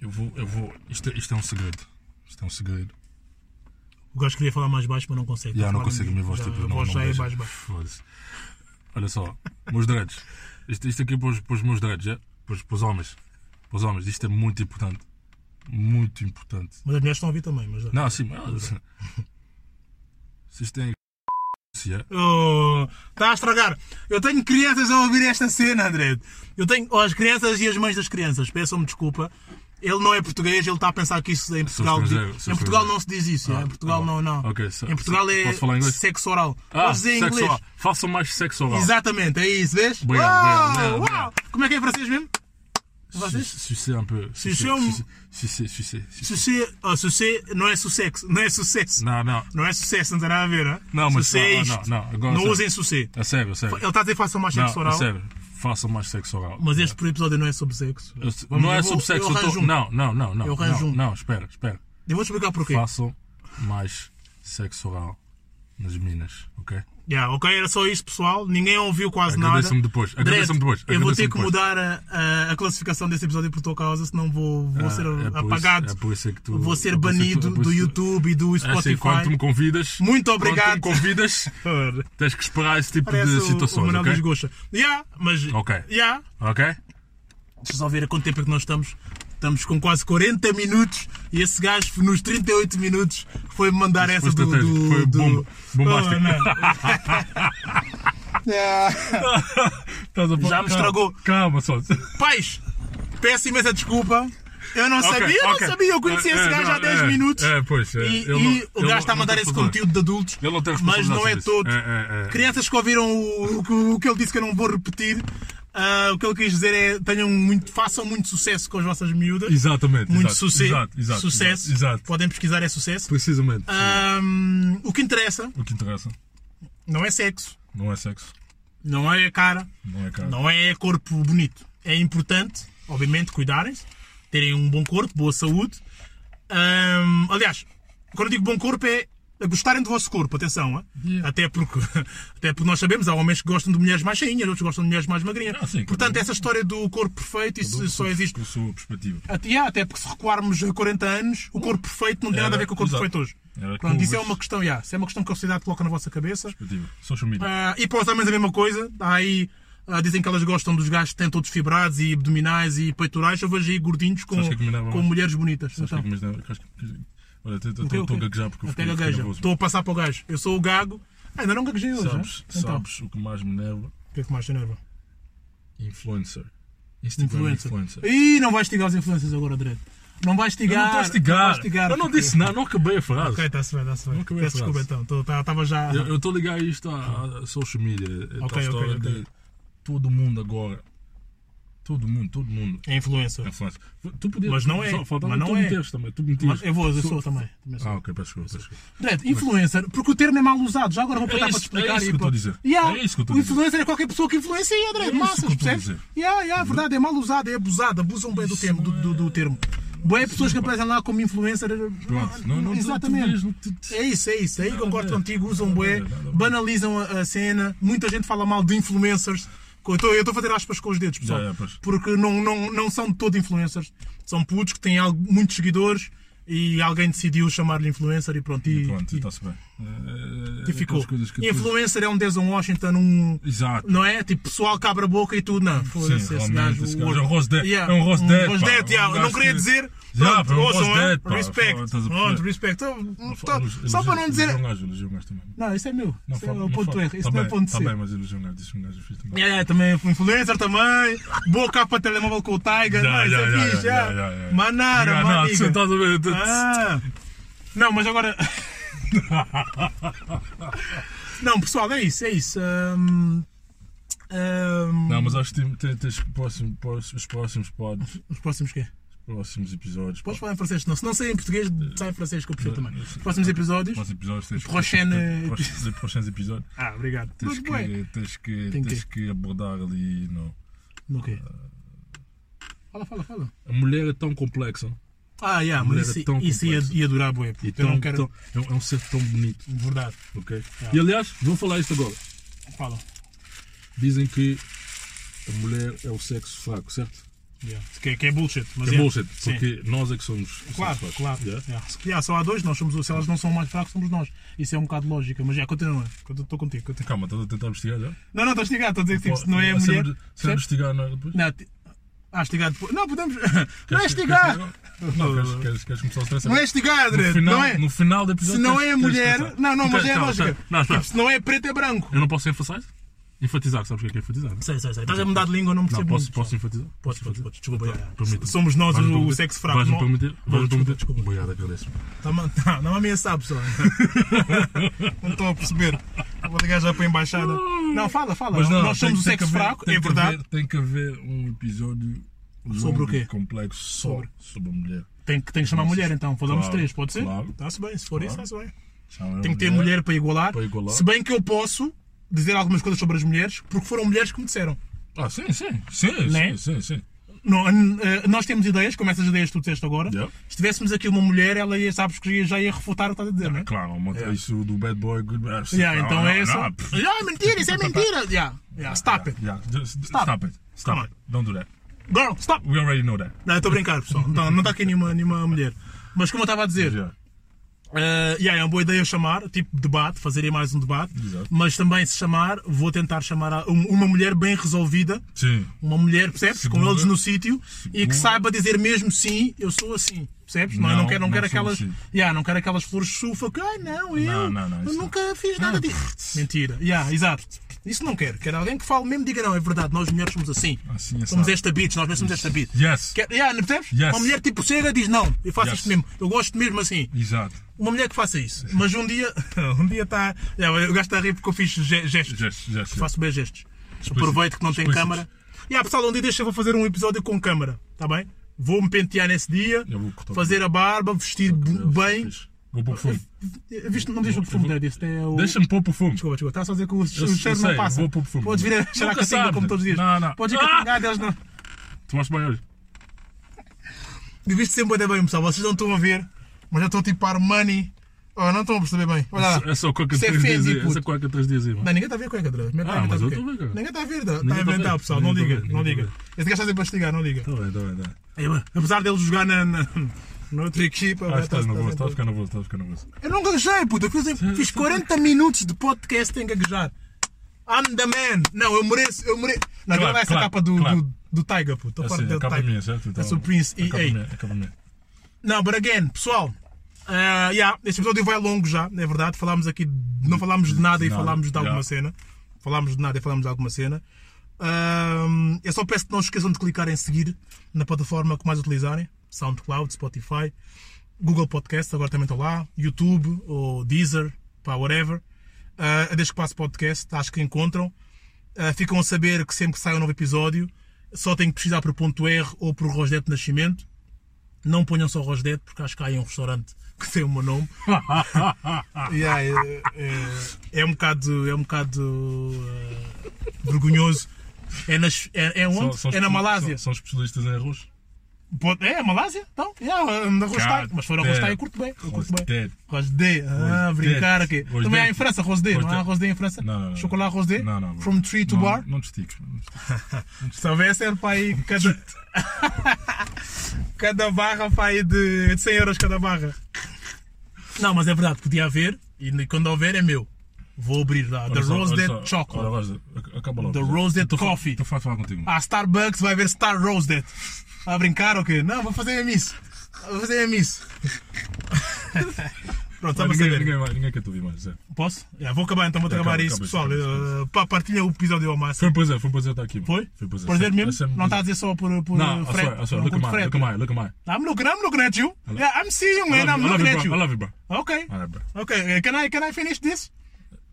[SPEAKER 2] eu vou. Eu vou isto, é- isto é um segredo. Isto é um segredo.
[SPEAKER 1] O gajo queria falar mais baixo, mas não consegue.
[SPEAKER 2] Já, não
[SPEAKER 1] Falar
[SPEAKER 2] consigo a minha voz
[SPEAKER 1] já,
[SPEAKER 2] tipo.
[SPEAKER 1] A
[SPEAKER 2] não,
[SPEAKER 1] voz
[SPEAKER 2] não
[SPEAKER 1] já é
[SPEAKER 2] deixa.
[SPEAKER 1] mais baixa.
[SPEAKER 2] Foda-se. Olha só, meus dreads. Isto, isto aqui para os, para os meus dreads, é? para, os, para os homens. Para os homens, isto é muito importante. Muito importante.
[SPEAKER 1] Mas as mulheres estão a ouvir também. Mas...
[SPEAKER 2] Não, sim, mas. Vocês têm. Se é.
[SPEAKER 1] Oh, está a estragar. Eu tenho crianças a ouvir esta cena, André. Eu tenho oh, as crianças e as mães das crianças. Peçam-me desculpa. Ele não é português, ele está a pensar que isso em Portugal.
[SPEAKER 2] estrangeiro,
[SPEAKER 1] diz-
[SPEAKER 2] sou
[SPEAKER 1] em Portugal
[SPEAKER 2] estrangeiro.
[SPEAKER 1] não se diz isso.
[SPEAKER 2] Ah,
[SPEAKER 1] é, em Portugal
[SPEAKER 2] tá bom.
[SPEAKER 1] não, não.
[SPEAKER 2] Ok, se-
[SPEAKER 1] em Portugal
[SPEAKER 2] se-
[SPEAKER 1] é
[SPEAKER 2] posso falar inglês?
[SPEAKER 1] sexo oral.
[SPEAKER 2] Ah,
[SPEAKER 1] Podes dizer em
[SPEAKER 2] sexo
[SPEAKER 1] inglês.
[SPEAKER 2] oral. Façam mais sexo oral.
[SPEAKER 1] Exatamente, é isso, vês?
[SPEAKER 2] Obrigado,
[SPEAKER 1] Uau,
[SPEAKER 2] obrigado,
[SPEAKER 1] uau.
[SPEAKER 2] obrigado.
[SPEAKER 1] Como é que é em francês mesmo?
[SPEAKER 2] Su-
[SPEAKER 1] Vocês?
[SPEAKER 2] Sucer un peu.
[SPEAKER 1] Sucer um-
[SPEAKER 2] Sucer, sucer, sucer.
[SPEAKER 1] Sucê, oh, sucê não é sucesso, não é sucesso.
[SPEAKER 2] Não, não.
[SPEAKER 1] Não é sucesso, não tem nada a ver, hein?
[SPEAKER 2] Não, mas
[SPEAKER 1] Sucê é
[SPEAKER 2] não, não,
[SPEAKER 1] isto.
[SPEAKER 2] não, agora
[SPEAKER 1] não
[SPEAKER 2] sim.
[SPEAKER 1] usem sucê.
[SPEAKER 2] É sério, é sério.
[SPEAKER 1] Ele está a dizer façam mais um sexo
[SPEAKER 2] Não, é
[SPEAKER 1] oral.
[SPEAKER 2] sério. Façam mais sexo oral.
[SPEAKER 1] Mas este episódio não é sobre sexo.
[SPEAKER 2] Eu se-
[SPEAKER 1] Vamos,
[SPEAKER 2] não é
[SPEAKER 1] eu vou-
[SPEAKER 2] sobre sexo.
[SPEAKER 1] Eu
[SPEAKER 2] eu tô-
[SPEAKER 1] arranjo um.
[SPEAKER 2] Não, não, não. não
[SPEAKER 1] Eu arranjo
[SPEAKER 2] não,
[SPEAKER 1] um.
[SPEAKER 2] não, espera, espera.
[SPEAKER 1] Eu vou explicar porquê.
[SPEAKER 2] Façam mais sexo oral nas minas, ok?
[SPEAKER 1] Yeah, ok, era só isto, pessoal. Ninguém ouviu quase nada.
[SPEAKER 2] Agradeçam-me depois, agradeçam-me depois,
[SPEAKER 1] Eu vou ter
[SPEAKER 2] agradeçam-me
[SPEAKER 1] que
[SPEAKER 2] depois.
[SPEAKER 1] mudar a, a- a classificação desse episódio por tua causa, senão vou, vou ser
[SPEAKER 2] é por isso-
[SPEAKER 1] apagado.
[SPEAKER 2] é por isso é que tu-
[SPEAKER 1] vou ser
[SPEAKER 2] é por isso que tu-
[SPEAKER 1] banido
[SPEAKER 2] é por
[SPEAKER 1] do
[SPEAKER 2] isso-
[SPEAKER 1] YouTube e do
[SPEAKER 2] É assim,
[SPEAKER 1] Spotify.
[SPEAKER 2] quando tu me convidas.
[SPEAKER 1] Muito obrigado.
[SPEAKER 2] Quando tu me convidas, tens que esperar esse tipo
[SPEAKER 1] Parece
[SPEAKER 2] de
[SPEAKER 1] o- o
[SPEAKER 2] situações,
[SPEAKER 1] Manuel
[SPEAKER 2] ok?
[SPEAKER 1] dos Goxa. Yeah, mas.
[SPEAKER 2] Ok.
[SPEAKER 1] Yeah,
[SPEAKER 2] Ok?
[SPEAKER 1] Vocês só ver quanto tempo é que nós estamos. Estamos com quase 40 minutos e esse gajo, nos 38 minutos, foi mandar essa
[SPEAKER 2] foi
[SPEAKER 1] do. do,
[SPEAKER 2] estratégico, foi
[SPEAKER 1] do...
[SPEAKER 2] bomba- bombástico.
[SPEAKER 1] Oh, não. Yeah.
[SPEAKER 2] Estás a pôr-
[SPEAKER 1] Já me
[SPEAKER 2] Calma,
[SPEAKER 1] estragou.
[SPEAKER 2] Calma, só.
[SPEAKER 1] Pais, peço imensa desculpa. Eu não sabia, eu não sabia, eu conhecia esse gajo há 10 minutos.
[SPEAKER 2] É, pois, é.
[SPEAKER 1] E,
[SPEAKER 2] Ele não-
[SPEAKER 1] e
[SPEAKER 2] ele
[SPEAKER 1] o
[SPEAKER 2] não-
[SPEAKER 1] gajo está a
[SPEAKER 2] não
[SPEAKER 1] mandar
[SPEAKER 2] tem
[SPEAKER 1] esse
[SPEAKER 2] problema.
[SPEAKER 1] conteúdo de adultos,
[SPEAKER 2] Ele não tem
[SPEAKER 1] mas
[SPEAKER 2] responsabilidade
[SPEAKER 1] não é
[SPEAKER 2] sobre isso.
[SPEAKER 1] todo.
[SPEAKER 2] É, é, é.
[SPEAKER 1] Crianças que ouviram o, o que- o que ele disse que eu não vou repetir, ah, o que ele quis dizer é tenham muito, façam muito sucesso com as vossas miúdas.
[SPEAKER 2] Exatamente.
[SPEAKER 1] muito
[SPEAKER 2] exato,
[SPEAKER 1] suce-
[SPEAKER 2] Exato, exato,
[SPEAKER 1] sucesso. Ah.
[SPEAKER 2] Exato. exato.
[SPEAKER 1] Podem pesquisar, é sucesso.
[SPEAKER 2] Precisamente.
[SPEAKER 1] Ahm, o que interessa
[SPEAKER 2] O que interessa
[SPEAKER 1] não é sexo,
[SPEAKER 2] não é sexo,
[SPEAKER 1] não é cara,
[SPEAKER 2] não é cara.
[SPEAKER 1] não é corpo bonito. É importante, obviamente, cuidarem-se, terem um bom corpo, boa saúde. Ahm, aliás, quando eu digo bom corpo é a gostarem do vosso corpo, atenção, hã?
[SPEAKER 2] Yeah.
[SPEAKER 1] até, porque, até porque nós sabemos, há homens que gostam de mulheres mais cheinhas, outros gostam de mulheres mais magrinhas.
[SPEAKER 2] Ah, sim,
[SPEAKER 1] Portanto,
[SPEAKER 2] claro.
[SPEAKER 1] essa história do corpo perfeito isso só existe.
[SPEAKER 2] Com a sua perspectiva.
[SPEAKER 1] Até, yeah, até porque se recuarmos a 40 anos, o corpo perfeito não tem nada a ver com o corpo
[SPEAKER 2] Exato.
[SPEAKER 1] perfeito hoje.
[SPEAKER 2] Era
[SPEAKER 1] Portanto, isso é
[SPEAKER 2] curvas.
[SPEAKER 1] uma questão, yeah, isso é uma questão que a sociedade coloca na vossa cabeça.
[SPEAKER 2] Perspectiva. Social media.
[SPEAKER 1] Ah, e para os homens a mesma coisa. Há Aí ah, dizem que elas gostam dos gajos que têm todos fibrados e abdominais e peitorais. Eu vejo aí gordinhos com,
[SPEAKER 2] Sabes o que é que me dava
[SPEAKER 1] com
[SPEAKER 2] mais?
[SPEAKER 1] mulheres bonitas.
[SPEAKER 2] Acho
[SPEAKER 1] Então,
[SPEAKER 2] que- mas não, acho que- Olha, estou
[SPEAKER 1] O quê, o
[SPEAKER 2] a
[SPEAKER 1] quê?
[SPEAKER 2] gaguejar porque eu
[SPEAKER 1] Até
[SPEAKER 2] fiquei, fiquei
[SPEAKER 1] gagueja.
[SPEAKER 2] nervoso.
[SPEAKER 1] Estou a passar para o gajo. Eu sou o gago. Ah, ainda não gaguejei hoje.
[SPEAKER 2] Sabes,
[SPEAKER 1] né? Então,
[SPEAKER 2] sabes o que mais me nerva?
[SPEAKER 1] o que é que mais te enerva?
[SPEAKER 2] Influencer. Instagram
[SPEAKER 1] Influencer.
[SPEAKER 2] influencer.
[SPEAKER 1] Ih, não vais estigar os influencers agora, direito. Não vais
[SPEAKER 2] Eu
[SPEAKER 1] estigar.
[SPEAKER 2] não estou a estigar. Eu não
[SPEAKER 1] porque-
[SPEAKER 2] disse nada, não acabei a frase.
[SPEAKER 1] Ok, está-se bem, está-se bem.
[SPEAKER 2] Nunca vi
[SPEAKER 1] Peço
[SPEAKER 2] a
[SPEAKER 1] desculpa
[SPEAKER 2] frase.
[SPEAKER 1] então. Estava já.
[SPEAKER 2] Eu estou a ligar isto à, à social media. a
[SPEAKER 1] Ok, ok,
[SPEAKER 2] tal história
[SPEAKER 1] ok.
[SPEAKER 2] de todo mundo agora. Todo mundo, todo mundo.
[SPEAKER 1] É influencer.
[SPEAKER 2] é influencer. Tu podias.
[SPEAKER 1] Mas não é,
[SPEAKER 2] Só, faltava
[SPEAKER 1] mas não
[SPEAKER 2] tu
[SPEAKER 1] é.
[SPEAKER 2] meteste também. Tu meteste.
[SPEAKER 1] Mas eu vou, eu sou também. também sou.
[SPEAKER 2] Ah, ok, peço desculpa. peço desculpa.
[SPEAKER 1] Direto, influencer, porque o termo é mal usado. Já agora vou parar para
[SPEAKER 2] isso-
[SPEAKER 1] te explicar.
[SPEAKER 2] é isso
[SPEAKER 1] e
[SPEAKER 2] que eu
[SPEAKER 1] pá.
[SPEAKER 2] estou a dizer.
[SPEAKER 1] Yeah,
[SPEAKER 2] É isso que eu estou
[SPEAKER 1] O
[SPEAKER 2] a dizer.
[SPEAKER 1] influencer é qualquer pessoa que influencia, André,
[SPEAKER 2] É
[SPEAKER 1] é
[SPEAKER 2] isso que eu
[SPEAKER 1] massas,
[SPEAKER 2] estou a
[SPEAKER 1] percebes?
[SPEAKER 2] dizer.
[SPEAKER 1] Yeah, yeah, é verdade, é mal usado, é abusado, abusam bem do termo. Do, do, do termo. Boé, pessoas que aparecem lá como influencer. eh,
[SPEAKER 2] Pronto, não, não, tu- tu vês,
[SPEAKER 1] Exatamente.
[SPEAKER 2] não te- te-
[SPEAKER 1] É isso, é isso. Aí concordo
[SPEAKER 2] ver,
[SPEAKER 1] contigo, usam
[SPEAKER 2] nada a
[SPEAKER 1] bué,
[SPEAKER 2] ver, nada a ver.
[SPEAKER 1] banalizam a, a cena. Muita gente fala mal de influencers. Eu estou eu estou a fazer aspas com os dedos, pessoal.
[SPEAKER 2] Já, já, pois.
[SPEAKER 1] porque não, não, não são de todo influencers. São putos que têm algo- muitos seguidores e alguém decidiu chamar-lhe influencer e pronto. E,
[SPEAKER 2] Pronto,
[SPEAKER 1] e-
[SPEAKER 2] está-se bem. É, é,
[SPEAKER 1] e ficou.
[SPEAKER 2] aquelas coisas que tu-
[SPEAKER 1] Influencer é um Denzel Washington, um.
[SPEAKER 2] Exato.
[SPEAKER 1] Não é? Tipo, pessoal que abre a boca e tudo, não. Foda-se, esse
[SPEAKER 2] realmente,
[SPEAKER 1] gajo.
[SPEAKER 2] esse
[SPEAKER 1] o
[SPEAKER 2] gajo é um
[SPEAKER 1] outro.
[SPEAKER 2] Rose Dead,
[SPEAKER 1] Yeah,
[SPEAKER 2] é um Rose Dead,
[SPEAKER 1] Rose
[SPEAKER 2] pá,
[SPEAKER 1] Dead,
[SPEAKER 2] um
[SPEAKER 1] yeah,
[SPEAKER 2] gajo
[SPEAKER 1] Não queria
[SPEAKER 2] que-
[SPEAKER 1] dizer.
[SPEAKER 2] Yeah,
[SPEAKER 1] Pronto,
[SPEAKER 2] é um
[SPEAKER 1] ouçam,
[SPEAKER 2] Rose
[SPEAKER 1] é?
[SPEAKER 2] Dead, pá,
[SPEAKER 1] Respect.
[SPEAKER 2] estás a perceber?
[SPEAKER 1] Pronto, respect. Então, tá-
[SPEAKER 2] Elogia-
[SPEAKER 1] Só para não dizer.
[SPEAKER 2] elogia um gajo, elogia um gajo também.
[SPEAKER 1] Não, isso é meu. isso
[SPEAKER 2] fala-
[SPEAKER 1] é o ponto
[SPEAKER 2] fala.
[SPEAKER 1] R. Isso
[SPEAKER 2] Tá
[SPEAKER 1] não é
[SPEAKER 2] bem,
[SPEAKER 1] ponto
[SPEAKER 2] tá
[SPEAKER 1] C.
[SPEAKER 2] bem, mas eles são gajos, disse um gajo fixe também.
[SPEAKER 1] É, também fui influencer também. Boa capa de telemóvel com o Tiger.
[SPEAKER 2] Já,
[SPEAKER 1] não, isso
[SPEAKER 2] já,
[SPEAKER 1] é
[SPEAKER 2] já,
[SPEAKER 1] fixe,
[SPEAKER 2] já,
[SPEAKER 1] já.
[SPEAKER 2] já, já, já.
[SPEAKER 1] Manara,
[SPEAKER 2] Ah, não, tu
[SPEAKER 1] maniga.
[SPEAKER 2] estás a ver, tu-
[SPEAKER 1] Ah. Não, mas agora. não, pessoal, é isso, é isso. Hum, hum,
[SPEAKER 2] Não, mas acho que tem- tem- tens que próximo- próximo- os próximos pods,
[SPEAKER 1] Os próximos quê?
[SPEAKER 2] os próximos episódios.
[SPEAKER 1] Podes
[SPEAKER 2] pá,
[SPEAKER 1] falar em francês, não. Se não sei em português, sai em francês que eu puxo também. Os próximos
[SPEAKER 2] os
[SPEAKER 1] episódios.
[SPEAKER 2] próximos episódios tens que-
[SPEAKER 1] Prochaine-
[SPEAKER 2] tens- próximos- os próximos episódios
[SPEAKER 1] Ah, obrigado.
[SPEAKER 2] tens
[SPEAKER 1] Mas, bué,
[SPEAKER 2] que, tens que,
[SPEAKER 1] Tem que-
[SPEAKER 2] tens que abordar ali. Não.
[SPEAKER 1] No quê?
[SPEAKER 2] eh,
[SPEAKER 1] Fala, fala, fala.
[SPEAKER 2] A mulher é tão complexa
[SPEAKER 1] Ah, yeah,
[SPEAKER 2] Mulher
[SPEAKER 1] mas
[SPEAKER 2] é
[SPEAKER 1] isso,
[SPEAKER 2] tão
[SPEAKER 1] isso ia,
[SPEAKER 2] complexa.
[SPEAKER 1] ia durar, bué.
[SPEAKER 2] e
[SPEAKER 1] Eu
[SPEAKER 2] tão,
[SPEAKER 1] não quero. Ah.
[SPEAKER 2] tão- é, um, é um ser tão bonito.
[SPEAKER 1] Verdade.
[SPEAKER 2] ok? E aliás, vou falar isto agora.
[SPEAKER 1] Fala.
[SPEAKER 2] Dizem que a mulher é o sexo fraco, certo?
[SPEAKER 1] Yeah. Que, que é bullshit. Mas
[SPEAKER 2] É
[SPEAKER 1] yeah.
[SPEAKER 2] bullshit,
[SPEAKER 1] Sim.
[SPEAKER 2] porque nós é que somos. somos
[SPEAKER 1] Claro,
[SPEAKER 2] fracos.
[SPEAKER 1] claro.
[SPEAKER 2] Yeah?
[SPEAKER 1] Yeah. Yeah, só há dois, nós somos, se elas não são mais fracos, somos nós. Isso é um bocado lógica, mas já, continua. Estou contigo. continua.
[SPEAKER 2] Calma, estás a tentar investigar já?
[SPEAKER 1] Não, não, estou estigado, estou a dizer que tipo, se
[SPEAKER 2] Pô,
[SPEAKER 1] não é a mulher.
[SPEAKER 2] cena de- cena de
[SPEAKER 1] percebes?
[SPEAKER 2] investigar não é depois?
[SPEAKER 1] Não, ti- ah, estigado depois. Não, podemos. Não é
[SPEAKER 2] Queres-
[SPEAKER 1] estigar!
[SPEAKER 2] queres- Não, queres, queres, queres começar o stress?
[SPEAKER 1] Uh, Não é estigar,
[SPEAKER 2] no
[SPEAKER 1] André,
[SPEAKER 2] final,
[SPEAKER 1] não é?
[SPEAKER 2] no final do episódio.
[SPEAKER 1] Se não
[SPEAKER 2] queres-
[SPEAKER 1] é a
[SPEAKER 2] queres
[SPEAKER 1] mulher.
[SPEAKER 2] começar.
[SPEAKER 1] Não, não, mas é a
[SPEAKER 2] Calma,
[SPEAKER 1] lógica.
[SPEAKER 2] calma. Não, espera.
[SPEAKER 1] Tipo, se não é preto, é branco.
[SPEAKER 2] Eu não posso enfatizar? Enfatizar, sabes o que é que é enfatizar? não?
[SPEAKER 1] Sei, sei, sei. Estás a mudar de língua, não
[SPEAKER 2] Não,
[SPEAKER 1] percebo.
[SPEAKER 2] posso, posso enfatizar?
[SPEAKER 1] Podes, podes, podes. Desculpa,
[SPEAKER 2] Tá,
[SPEAKER 1] já.
[SPEAKER 2] permite-me.
[SPEAKER 1] Somos nós
[SPEAKER 2] Vais-me
[SPEAKER 1] o
[SPEAKER 2] permitir?
[SPEAKER 1] sexo fraco,
[SPEAKER 2] Vais-me
[SPEAKER 1] não-
[SPEAKER 2] permitir? Vais-me
[SPEAKER 1] desculpa,
[SPEAKER 2] permitir? Desculpa. Obrigado, agradeço.
[SPEAKER 1] Está-me a ameaçar, pessoal. não estão a perceber. Vou ligar já para a embaixada. Não, fala, fala. Nós somos o
[SPEAKER 2] tem que
[SPEAKER 1] sexo
[SPEAKER 2] haver-
[SPEAKER 1] fraco,
[SPEAKER 2] tem
[SPEAKER 1] é
[SPEAKER 2] que
[SPEAKER 1] verdade.
[SPEAKER 2] haver- Tem que haver um episódio
[SPEAKER 1] Sobre o
[SPEAKER 2] longo e
[SPEAKER 1] quê?
[SPEAKER 2] complexo só
[SPEAKER 1] Sobre.
[SPEAKER 2] sobre, a mulher.
[SPEAKER 1] Tem que, tem que chamar a mulher então. Falamos
[SPEAKER 2] Claro,
[SPEAKER 1] três, pode ser?
[SPEAKER 2] claro.
[SPEAKER 1] Está-se bem, se for isso, está-se bem.
[SPEAKER 2] Chama a
[SPEAKER 1] Tem que ter mulher para igualar.
[SPEAKER 2] Para igualar.
[SPEAKER 1] Se bem que eu posso dizer algumas coisas sobre as mulheres, porque foram mulheres que me disseram.
[SPEAKER 2] Ah, sim, sim. Sim,
[SPEAKER 1] Né?
[SPEAKER 2] sim, sim, sim.
[SPEAKER 1] Não, n- eh, nós temos ideias, como essas ideias que tu disseste agora.
[SPEAKER 2] Yeah.
[SPEAKER 1] Se tivéssemos aqui uma mulher, ela ia, sabes que ia- já ia refutar o que estás a dizer, não é?
[SPEAKER 2] Claro, uma, isso do bad boy, good boy.
[SPEAKER 1] Yeah,
[SPEAKER 2] não,
[SPEAKER 1] então
[SPEAKER 2] não,
[SPEAKER 1] é isso.
[SPEAKER 2] não, pff.
[SPEAKER 1] Yeah, mentira, isso é mentira. Yeah, yeah, stop it.
[SPEAKER 2] Yeah, just
[SPEAKER 1] Stop.
[SPEAKER 2] stop. it. Stop
[SPEAKER 1] Come
[SPEAKER 2] it. Don't do that.
[SPEAKER 1] Girl, stop.
[SPEAKER 2] We already know that.
[SPEAKER 1] Não, eu estou a brincar, pessoal. Não está aqui nenhuma, nenhuma mulher. Mas como eu estava a dizer,
[SPEAKER 2] Yeah.
[SPEAKER 1] eh, yeah, é uma boa ideia chamar, tipo debate, fazerem mais um debate.
[SPEAKER 2] Exato.
[SPEAKER 1] Mas também, se chamar, vou tentar chamar a- um- uma mulher bem resolvida.
[SPEAKER 2] Sim.
[SPEAKER 1] Uma mulher, percebes? Com
[SPEAKER 2] Segura.
[SPEAKER 1] eles no sítio e que
[SPEAKER 2] Segura.
[SPEAKER 1] saiba dizer mesmo sim, eu sou assim. Percebes? Não, eu não
[SPEAKER 2] Não,
[SPEAKER 1] quero, não
[SPEAKER 2] não
[SPEAKER 1] quero
[SPEAKER 2] sou
[SPEAKER 1] aquelas.
[SPEAKER 2] assim.
[SPEAKER 1] Yeah, não quero aquelas flores de chufa que, ai não, eu,
[SPEAKER 2] Não, não, não,
[SPEAKER 1] eu
[SPEAKER 2] isso não.
[SPEAKER 1] nunca fiz nada
[SPEAKER 2] Não,
[SPEAKER 1] disso.
[SPEAKER 2] pff.
[SPEAKER 1] Mentira. Yeah, exato. Isso não quero. Quero alguém que fale mesmo, diga não, é verdade, nós mulheres somos assim.
[SPEAKER 2] Assim, assim.
[SPEAKER 1] Somos esta bitch, nós mesmos somos esta bitch.
[SPEAKER 2] Yes.
[SPEAKER 1] Quer, yeah, não percebes?
[SPEAKER 2] Yes.
[SPEAKER 1] Uma mulher tipo cega diz não, eu faço
[SPEAKER 2] Yes.
[SPEAKER 1] isto mesmo, eu gosto mesmo assim.
[SPEAKER 2] Exato.
[SPEAKER 1] Uma mulher que faça isso, mas um dia, um dia está. Yeah, o gajo está a rir porque eu fiz ge- gestos.
[SPEAKER 2] Just, just,
[SPEAKER 1] Faço bem gestos. Aproveito que não tem
[SPEAKER 2] Explícitos.
[SPEAKER 1] câmara. E ah, pessoal, um dia deixa eu vou fazer um episódio com câmara, tá bem? Vou-me pentear nesse dia,
[SPEAKER 2] Eu vou cortar o
[SPEAKER 1] fazer a barba, vestir
[SPEAKER 2] Deus,
[SPEAKER 1] bem.
[SPEAKER 2] fixe. Vou pôr perfume.
[SPEAKER 1] Viste, não deixa o perfume, né? Este é o.
[SPEAKER 2] Deixa-me pôr perfume.
[SPEAKER 1] Desculpa, desculpa, está a dizer que o
[SPEAKER 2] Eu-
[SPEAKER 1] cheiro
[SPEAKER 2] eu
[SPEAKER 1] não
[SPEAKER 2] sei,
[SPEAKER 1] passa.
[SPEAKER 2] vou pôr perfume.
[SPEAKER 1] Podes vir a cheirar
[SPEAKER 2] Nunca
[SPEAKER 1] catinga
[SPEAKER 2] sabes.
[SPEAKER 1] como todos os diis.
[SPEAKER 2] Não, não.
[SPEAKER 1] Podes ir
[SPEAKER 2] Ah!
[SPEAKER 1] catingar, eles não.
[SPEAKER 2] Tomaste bem hoje.
[SPEAKER 1] Viste sempre bem, bem, pessoal, vocês não estão a ver, mas já estou tipo Armani. Oh, não estão a perceber bem. Olha lá.
[SPEAKER 2] É só coca
[SPEAKER 1] Isso é
[SPEAKER 2] 3
[SPEAKER 1] fendi,
[SPEAKER 2] dias.
[SPEAKER 1] puto.
[SPEAKER 2] Essa coca 3 dias aí, mano.
[SPEAKER 1] Não, ninguém está a ver cueca, André.
[SPEAKER 2] Ah, mas eu tô a ver, cara.
[SPEAKER 1] Ninguém está a ver, está
[SPEAKER 2] Ninguém
[SPEAKER 1] a
[SPEAKER 2] tá a
[SPEAKER 1] inventar,
[SPEAKER 2] ver.
[SPEAKER 1] pessoal. Não
[SPEAKER 2] Ninguém tá a
[SPEAKER 1] diga,
[SPEAKER 2] ver,
[SPEAKER 1] não
[SPEAKER 2] ninguém
[SPEAKER 1] diga.
[SPEAKER 2] tá a
[SPEAKER 1] Este gajo está sempre a investigar, não diga.
[SPEAKER 2] Tá bem, tá bem, tá bem.
[SPEAKER 1] Apesar dele jogar na, na, na outra equipa.
[SPEAKER 2] Ah,
[SPEAKER 1] vai, tá- tá
[SPEAKER 2] estás nervoso,
[SPEAKER 1] sempre-
[SPEAKER 2] estás a ficar nervoso, estás a ficar nervoso.
[SPEAKER 1] Eu não gaguejei, puta. Eu fiz, assim, fiz 40 minutos de podcast sem gaguejar. I'm the man. Não, eu mereço. Eu mereço. Não,
[SPEAKER 2] Claro,
[SPEAKER 1] agora vai essa
[SPEAKER 2] claro,
[SPEAKER 1] capa do,
[SPEAKER 2] claro.
[SPEAKER 1] do, do Tiger, puta.
[SPEAKER 2] É assim, acaba a é minha, certo? Então,
[SPEAKER 1] É sobre Prince
[SPEAKER 2] acaba a
[SPEAKER 1] EA.
[SPEAKER 2] minha, Acaba a minha.
[SPEAKER 1] Não, but again, pessoal. Ah, yeah, este episódio vai longo já, é verdade. Falámos aqui, de- não falámos de nada e
[SPEAKER 2] nada,
[SPEAKER 1] falámos de alguma
[SPEAKER 2] yeah.
[SPEAKER 1] cena. Falámos de nada e falámos de alguma cena. Ahm, eu só peço que não se esqueçam de clicar em seguir na plataforma que mais utilizarem: SoundCloud, Spotify, Google Podcast, agora também estou lá, YouTube ou Deezer, pá, whatever. Ah, desde que passe podcast, acho que encontram. Uh, ficam a saber que sempre que sai um novo episódio, só têm que pesquisar por ponto R ou por Rosdete Nascimento. Não ponham só Rosdete, porque acho que há aí um restaurante que tem o meu nome. Yeah, é, é- é um bocado, é um bocado uh, vergonhoso. É, nas, é, é onde?
[SPEAKER 2] São- são
[SPEAKER 1] é na
[SPEAKER 2] espe-
[SPEAKER 1] Malásia.
[SPEAKER 2] São, são especialistas em arroz.
[SPEAKER 1] Pode- É, a Malásia? Então, yeah, na Rostar.
[SPEAKER 2] Cara,
[SPEAKER 1] Mas foram a
[SPEAKER 2] é.
[SPEAKER 1] Rostar e curto bem. eu curto bem.
[SPEAKER 2] Rosdete.
[SPEAKER 1] Rosdé. Ah,
[SPEAKER 2] Rosdete.
[SPEAKER 1] brincar aqui.
[SPEAKER 2] Rosdete.
[SPEAKER 1] Também há em França, Rosdé. Não há
[SPEAKER 2] Rosdete.
[SPEAKER 1] Rosdé em França?
[SPEAKER 2] Não, não, não.
[SPEAKER 1] Chocolate Rosdé?
[SPEAKER 2] Não, não. bro.
[SPEAKER 1] From tree to
[SPEAKER 2] Não,
[SPEAKER 1] bar?
[SPEAKER 2] Não te estiques. não te estiques.
[SPEAKER 1] Se houvesse, era para aí cada. cada barra para aí de de 100 euros cada barra. Não, mas é verdade, podia haver e quando houver é meu. Vou abrir lá. The
[SPEAKER 2] Olha só, olha
[SPEAKER 1] Rose
[SPEAKER 2] só.
[SPEAKER 1] Dead
[SPEAKER 2] Olha,
[SPEAKER 1] Chocolate.
[SPEAKER 2] Rosdete, ac- Acaba logo.
[SPEAKER 1] The
[SPEAKER 2] Rosdete.
[SPEAKER 1] Rosdete
[SPEAKER 2] Estou a fa-
[SPEAKER 1] Coffee.
[SPEAKER 2] Estou a falar contigo.
[SPEAKER 1] A Starbucks vai ver Star Rose Dead. A brincar ou quê? Não, vou fazer mesmo isso. Vou fazer mesmo isso. Pronto,
[SPEAKER 2] Mas
[SPEAKER 1] estava a
[SPEAKER 2] ninguém,
[SPEAKER 1] saber.
[SPEAKER 2] ninguém, vai- ninguém quer te ouvir mais. é.
[SPEAKER 1] Posso? Já, vou acabar então, vou
[SPEAKER 2] Acaba,
[SPEAKER 1] acabar isso,
[SPEAKER 2] acaba isso,
[SPEAKER 1] pessoal.
[SPEAKER 2] acaba
[SPEAKER 1] Eh, pá, partilha o episódio ao
[SPEAKER 2] Foi
[SPEAKER 1] máximo.
[SPEAKER 2] um prazer, foi um prazer estar aqui. mano.
[SPEAKER 1] Foi?
[SPEAKER 2] Foi um prazer.
[SPEAKER 1] Prazer mesmo?
[SPEAKER 2] É sempre-
[SPEAKER 1] Não está a dizer só por, por
[SPEAKER 2] Não,
[SPEAKER 1] eh,
[SPEAKER 2] I
[SPEAKER 1] frete?
[SPEAKER 2] swear, I swear.
[SPEAKER 1] Não
[SPEAKER 2] Look at
[SPEAKER 1] curto
[SPEAKER 2] my,
[SPEAKER 1] frete?
[SPEAKER 2] look at my, look at my.
[SPEAKER 1] I'm looking, I'm looking at you. Yeah, I'm seeing you, man. I'm
[SPEAKER 2] I love
[SPEAKER 1] looking
[SPEAKER 2] you,
[SPEAKER 1] at
[SPEAKER 2] bro. I
[SPEAKER 1] you.
[SPEAKER 2] love you, bro.
[SPEAKER 1] Okay.
[SPEAKER 2] I love you, bro.
[SPEAKER 1] Okay. uh, Can I can I finish this?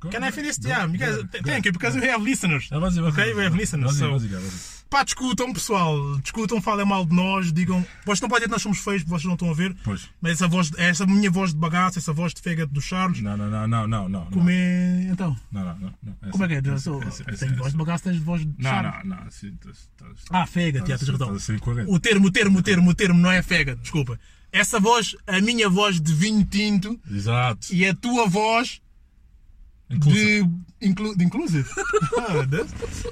[SPEAKER 2] Go-
[SPEAKER 1] Can I finish?
[SPEAKER 2] go-
[SPEAKER 1] Yeah.
[SPEAKER 2] go-
[SPEAKER 1] Because
[SPEAKER 2] go-
[SPEAKER 1] th- thank you because we have listeners.
[SPEAKER 2] Ah, vas-y, vas-y,
[SPEAKER 1] Okay,
[SPEAKER 2] vas-y.
[SPEAKER 1] we have listeners.
[SPEAKER 2] Vas-y,
[SPEAKER 1] So
[SPEAKER 2] vas-y, cara, vas-y.
[SPEAKER 1] pá, discutam pessoal, discutam, falem mal de nós, digam. Vocês não podem dizer que nós somos feios, porque vocês não estão a ver.
[SPEAKER 2] Pois.
[SPEAKER 1] Mas essa voz, essa minha voz de bagaço, essa voz de fega do Charles.
[SPEAKER 2] Não, não, não, não, não, não.
[SPEAKER 1] Como é então?
[SPEAKER 2] Não, não, não, não.
[SPEAKER 1] Como é que é? Eu
[SPEAKER 2] Essa-
[SPEAKER 1] sou-
[SPEAKER 2] essa-
[SPEAKER 1] eu
[SPEAKER 2] essa-
[SPEAKER 1] Tenho voz de bagaço, tens voz de
[SPEAKER 2] Não,
[SPEAKER 1] Charles.
[SPEAKER 2] não, não. assim, estás- estás-
[SPEAKER 1] Ah, fega, tens
[SPEAKER 2] estás-
[SPEAKER 1] razão.
[SPEAKER 2] estás a ser incoerente.
[SPEAKER 1] O termo, o termo, o termo, o termo não é fega, desculpa. Essa voz, a minha voz de vinho tinto
[SPEAKER 2] Exato.
[SPEAKER 1] e a tua voz
[SPEAKER 2] Inclusive.
[SPEAKER 1] de, inclu, de inclusive. Ah, Deus.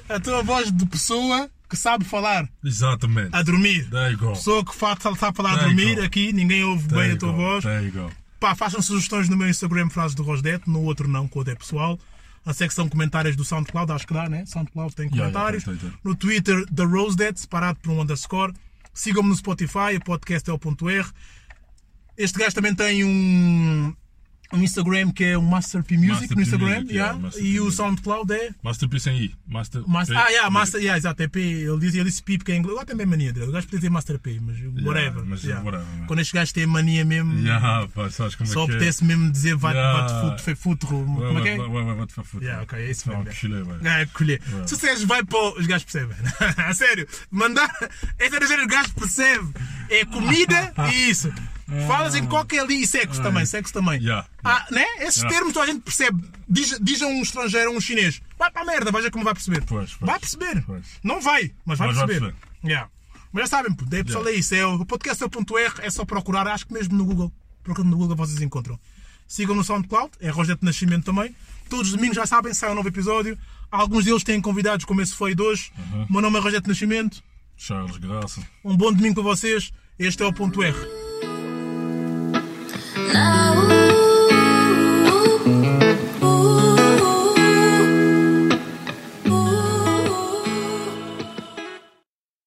[SPEAKER 1] a tua voz de pessoa que sabe falar
[SPEAKER 2] Exatamente.
[SPEAKER 1] a dormir.
[SPEAKER 2] There you go.
[SPEAKER 1] Pessoa que fa- sabe falar a
[SPEAKER 2] There you
[SPEAKER 1] dormir,
[SPEAKER 2] go.
[SPEAKER 1] aqui ninguém ouve
[SPEAKER 2] There
[SPEAKER 1] bem
[SPEAKER 2] you
[SPEAKER 1] a tua
[SPEAKER 2] go,
[SPEAKER 1] voz.
[SPEAKER 2] There you go.
[SPEAKER 1] Pá, façam sugestões no meu Instagram frases de Rosdete, no outro não, com o é pessoal. A secção comentários do SoundCloud, acho que dá, né? SoundCloud tem
[SPEAKER 2] Yeah, yeah,
[SPEAKER 1] comentários.
[SPEAKER 2] tem, tem, tem.
[SPEAKER 1] No Twitter, The Rosedead, separado por um underscore. Sigam-me no Spotify, o podcast é o ponto R. Este gajo também tem um, um Instagram que é o Master P Music
[SPEAKER 2] Master
[SPEAKER 1] no
[SPEAKER 2] P
[SPEAKER 1] Instagram.
[SPEAKER 2] Music,
[SPEAKER 1] yeah.
[SPEAKER 2] yeah, Master
[SPEAKER 1] e
[SPEAKER 2] P
[SPEAKER 1] o
[SPEAKER 2] Music.
[SPEAKER 1] SoundCloud é.
[SPEAKER 2] Masterpiece em I. Master...
[SPEAKER 1] Master, ah, yeah, Master, yeah, exato, é P. Ele disse, ele disse P porque é inglês. Agora tem bem mania dele. O gajo podia dizer Master P, mas whatever.
[SPEAKER 2] mas whatever, né? man.
[SPEAKER 1] Quando estes gajos têm mania mesmo.
[SPEAKER 2] Yeah, pá, sabes como é que é?
[SPEAKER 1] Só apetece mesmo dizer vai
[SPEAKER 2] Yeah.
[SPEAKER 1] vai-te futro, futro,
[SPEAKER 2] Ué,
[SPEAKER 1] como é que
[SPEAKER 2] ué,
[SPEAKER 1] é?
[SPEAKER 2] ué, ué, vai-te fazer foto.
[SPEAKER 1] Yeah, ok, é isso
[SPEAKER 2] Não,
[SPEAKER 1] mesmo, é.
[SPEAKER 2] chile, vai.
[SPEAKER 1] Ah, colher. Se vocês vai para. o- Os gajos percebem. A sério. Mandar. é Esta era o gajo percebe. É comida e isso. Falas em qualquer ali. E sexo também. Sexo também.
[SPEAKER 2] Ah. Yeah,
[SPEAKER 1] Ah, né? Esses
[SPEAKER 2] Yeah.
[SPEAKER 1] termos toda a gente percebe. Diz, diz a um estrangeiro, a um chinês. Vai para a merda, veja como vai perceber.
[SPEAKER 2] Pois, pois.
[SPEAKER 1] vai perceber.
[SPEAKER 2] Pois.
[SPEAKER 1] Não vai, mas vai
[SPEAKER 2] Mas vai
[SPEAKER 1] perceber.
[SPEAKER 2] perceber.
[SPEAKER 1] Yeah. Mas já sabem, pô, daí, pessoal, é isso. É o o podcast é o ponto R, é só procurar, acho que mesmo no Google. Procurando no Google vocês encontram. Sigam no SoundCloud, é Rogério de Nascimento também. Todos os domingos já sabem, sai um novo episódio. Alguns deles têm convidados, como esse foi de hoje. O meu nome é Rogério de Nascimento.
[SPEAKER 2] Charles Graça.
[SPEAKER 1] Um bom domingo para vocês. Este é o ponto R.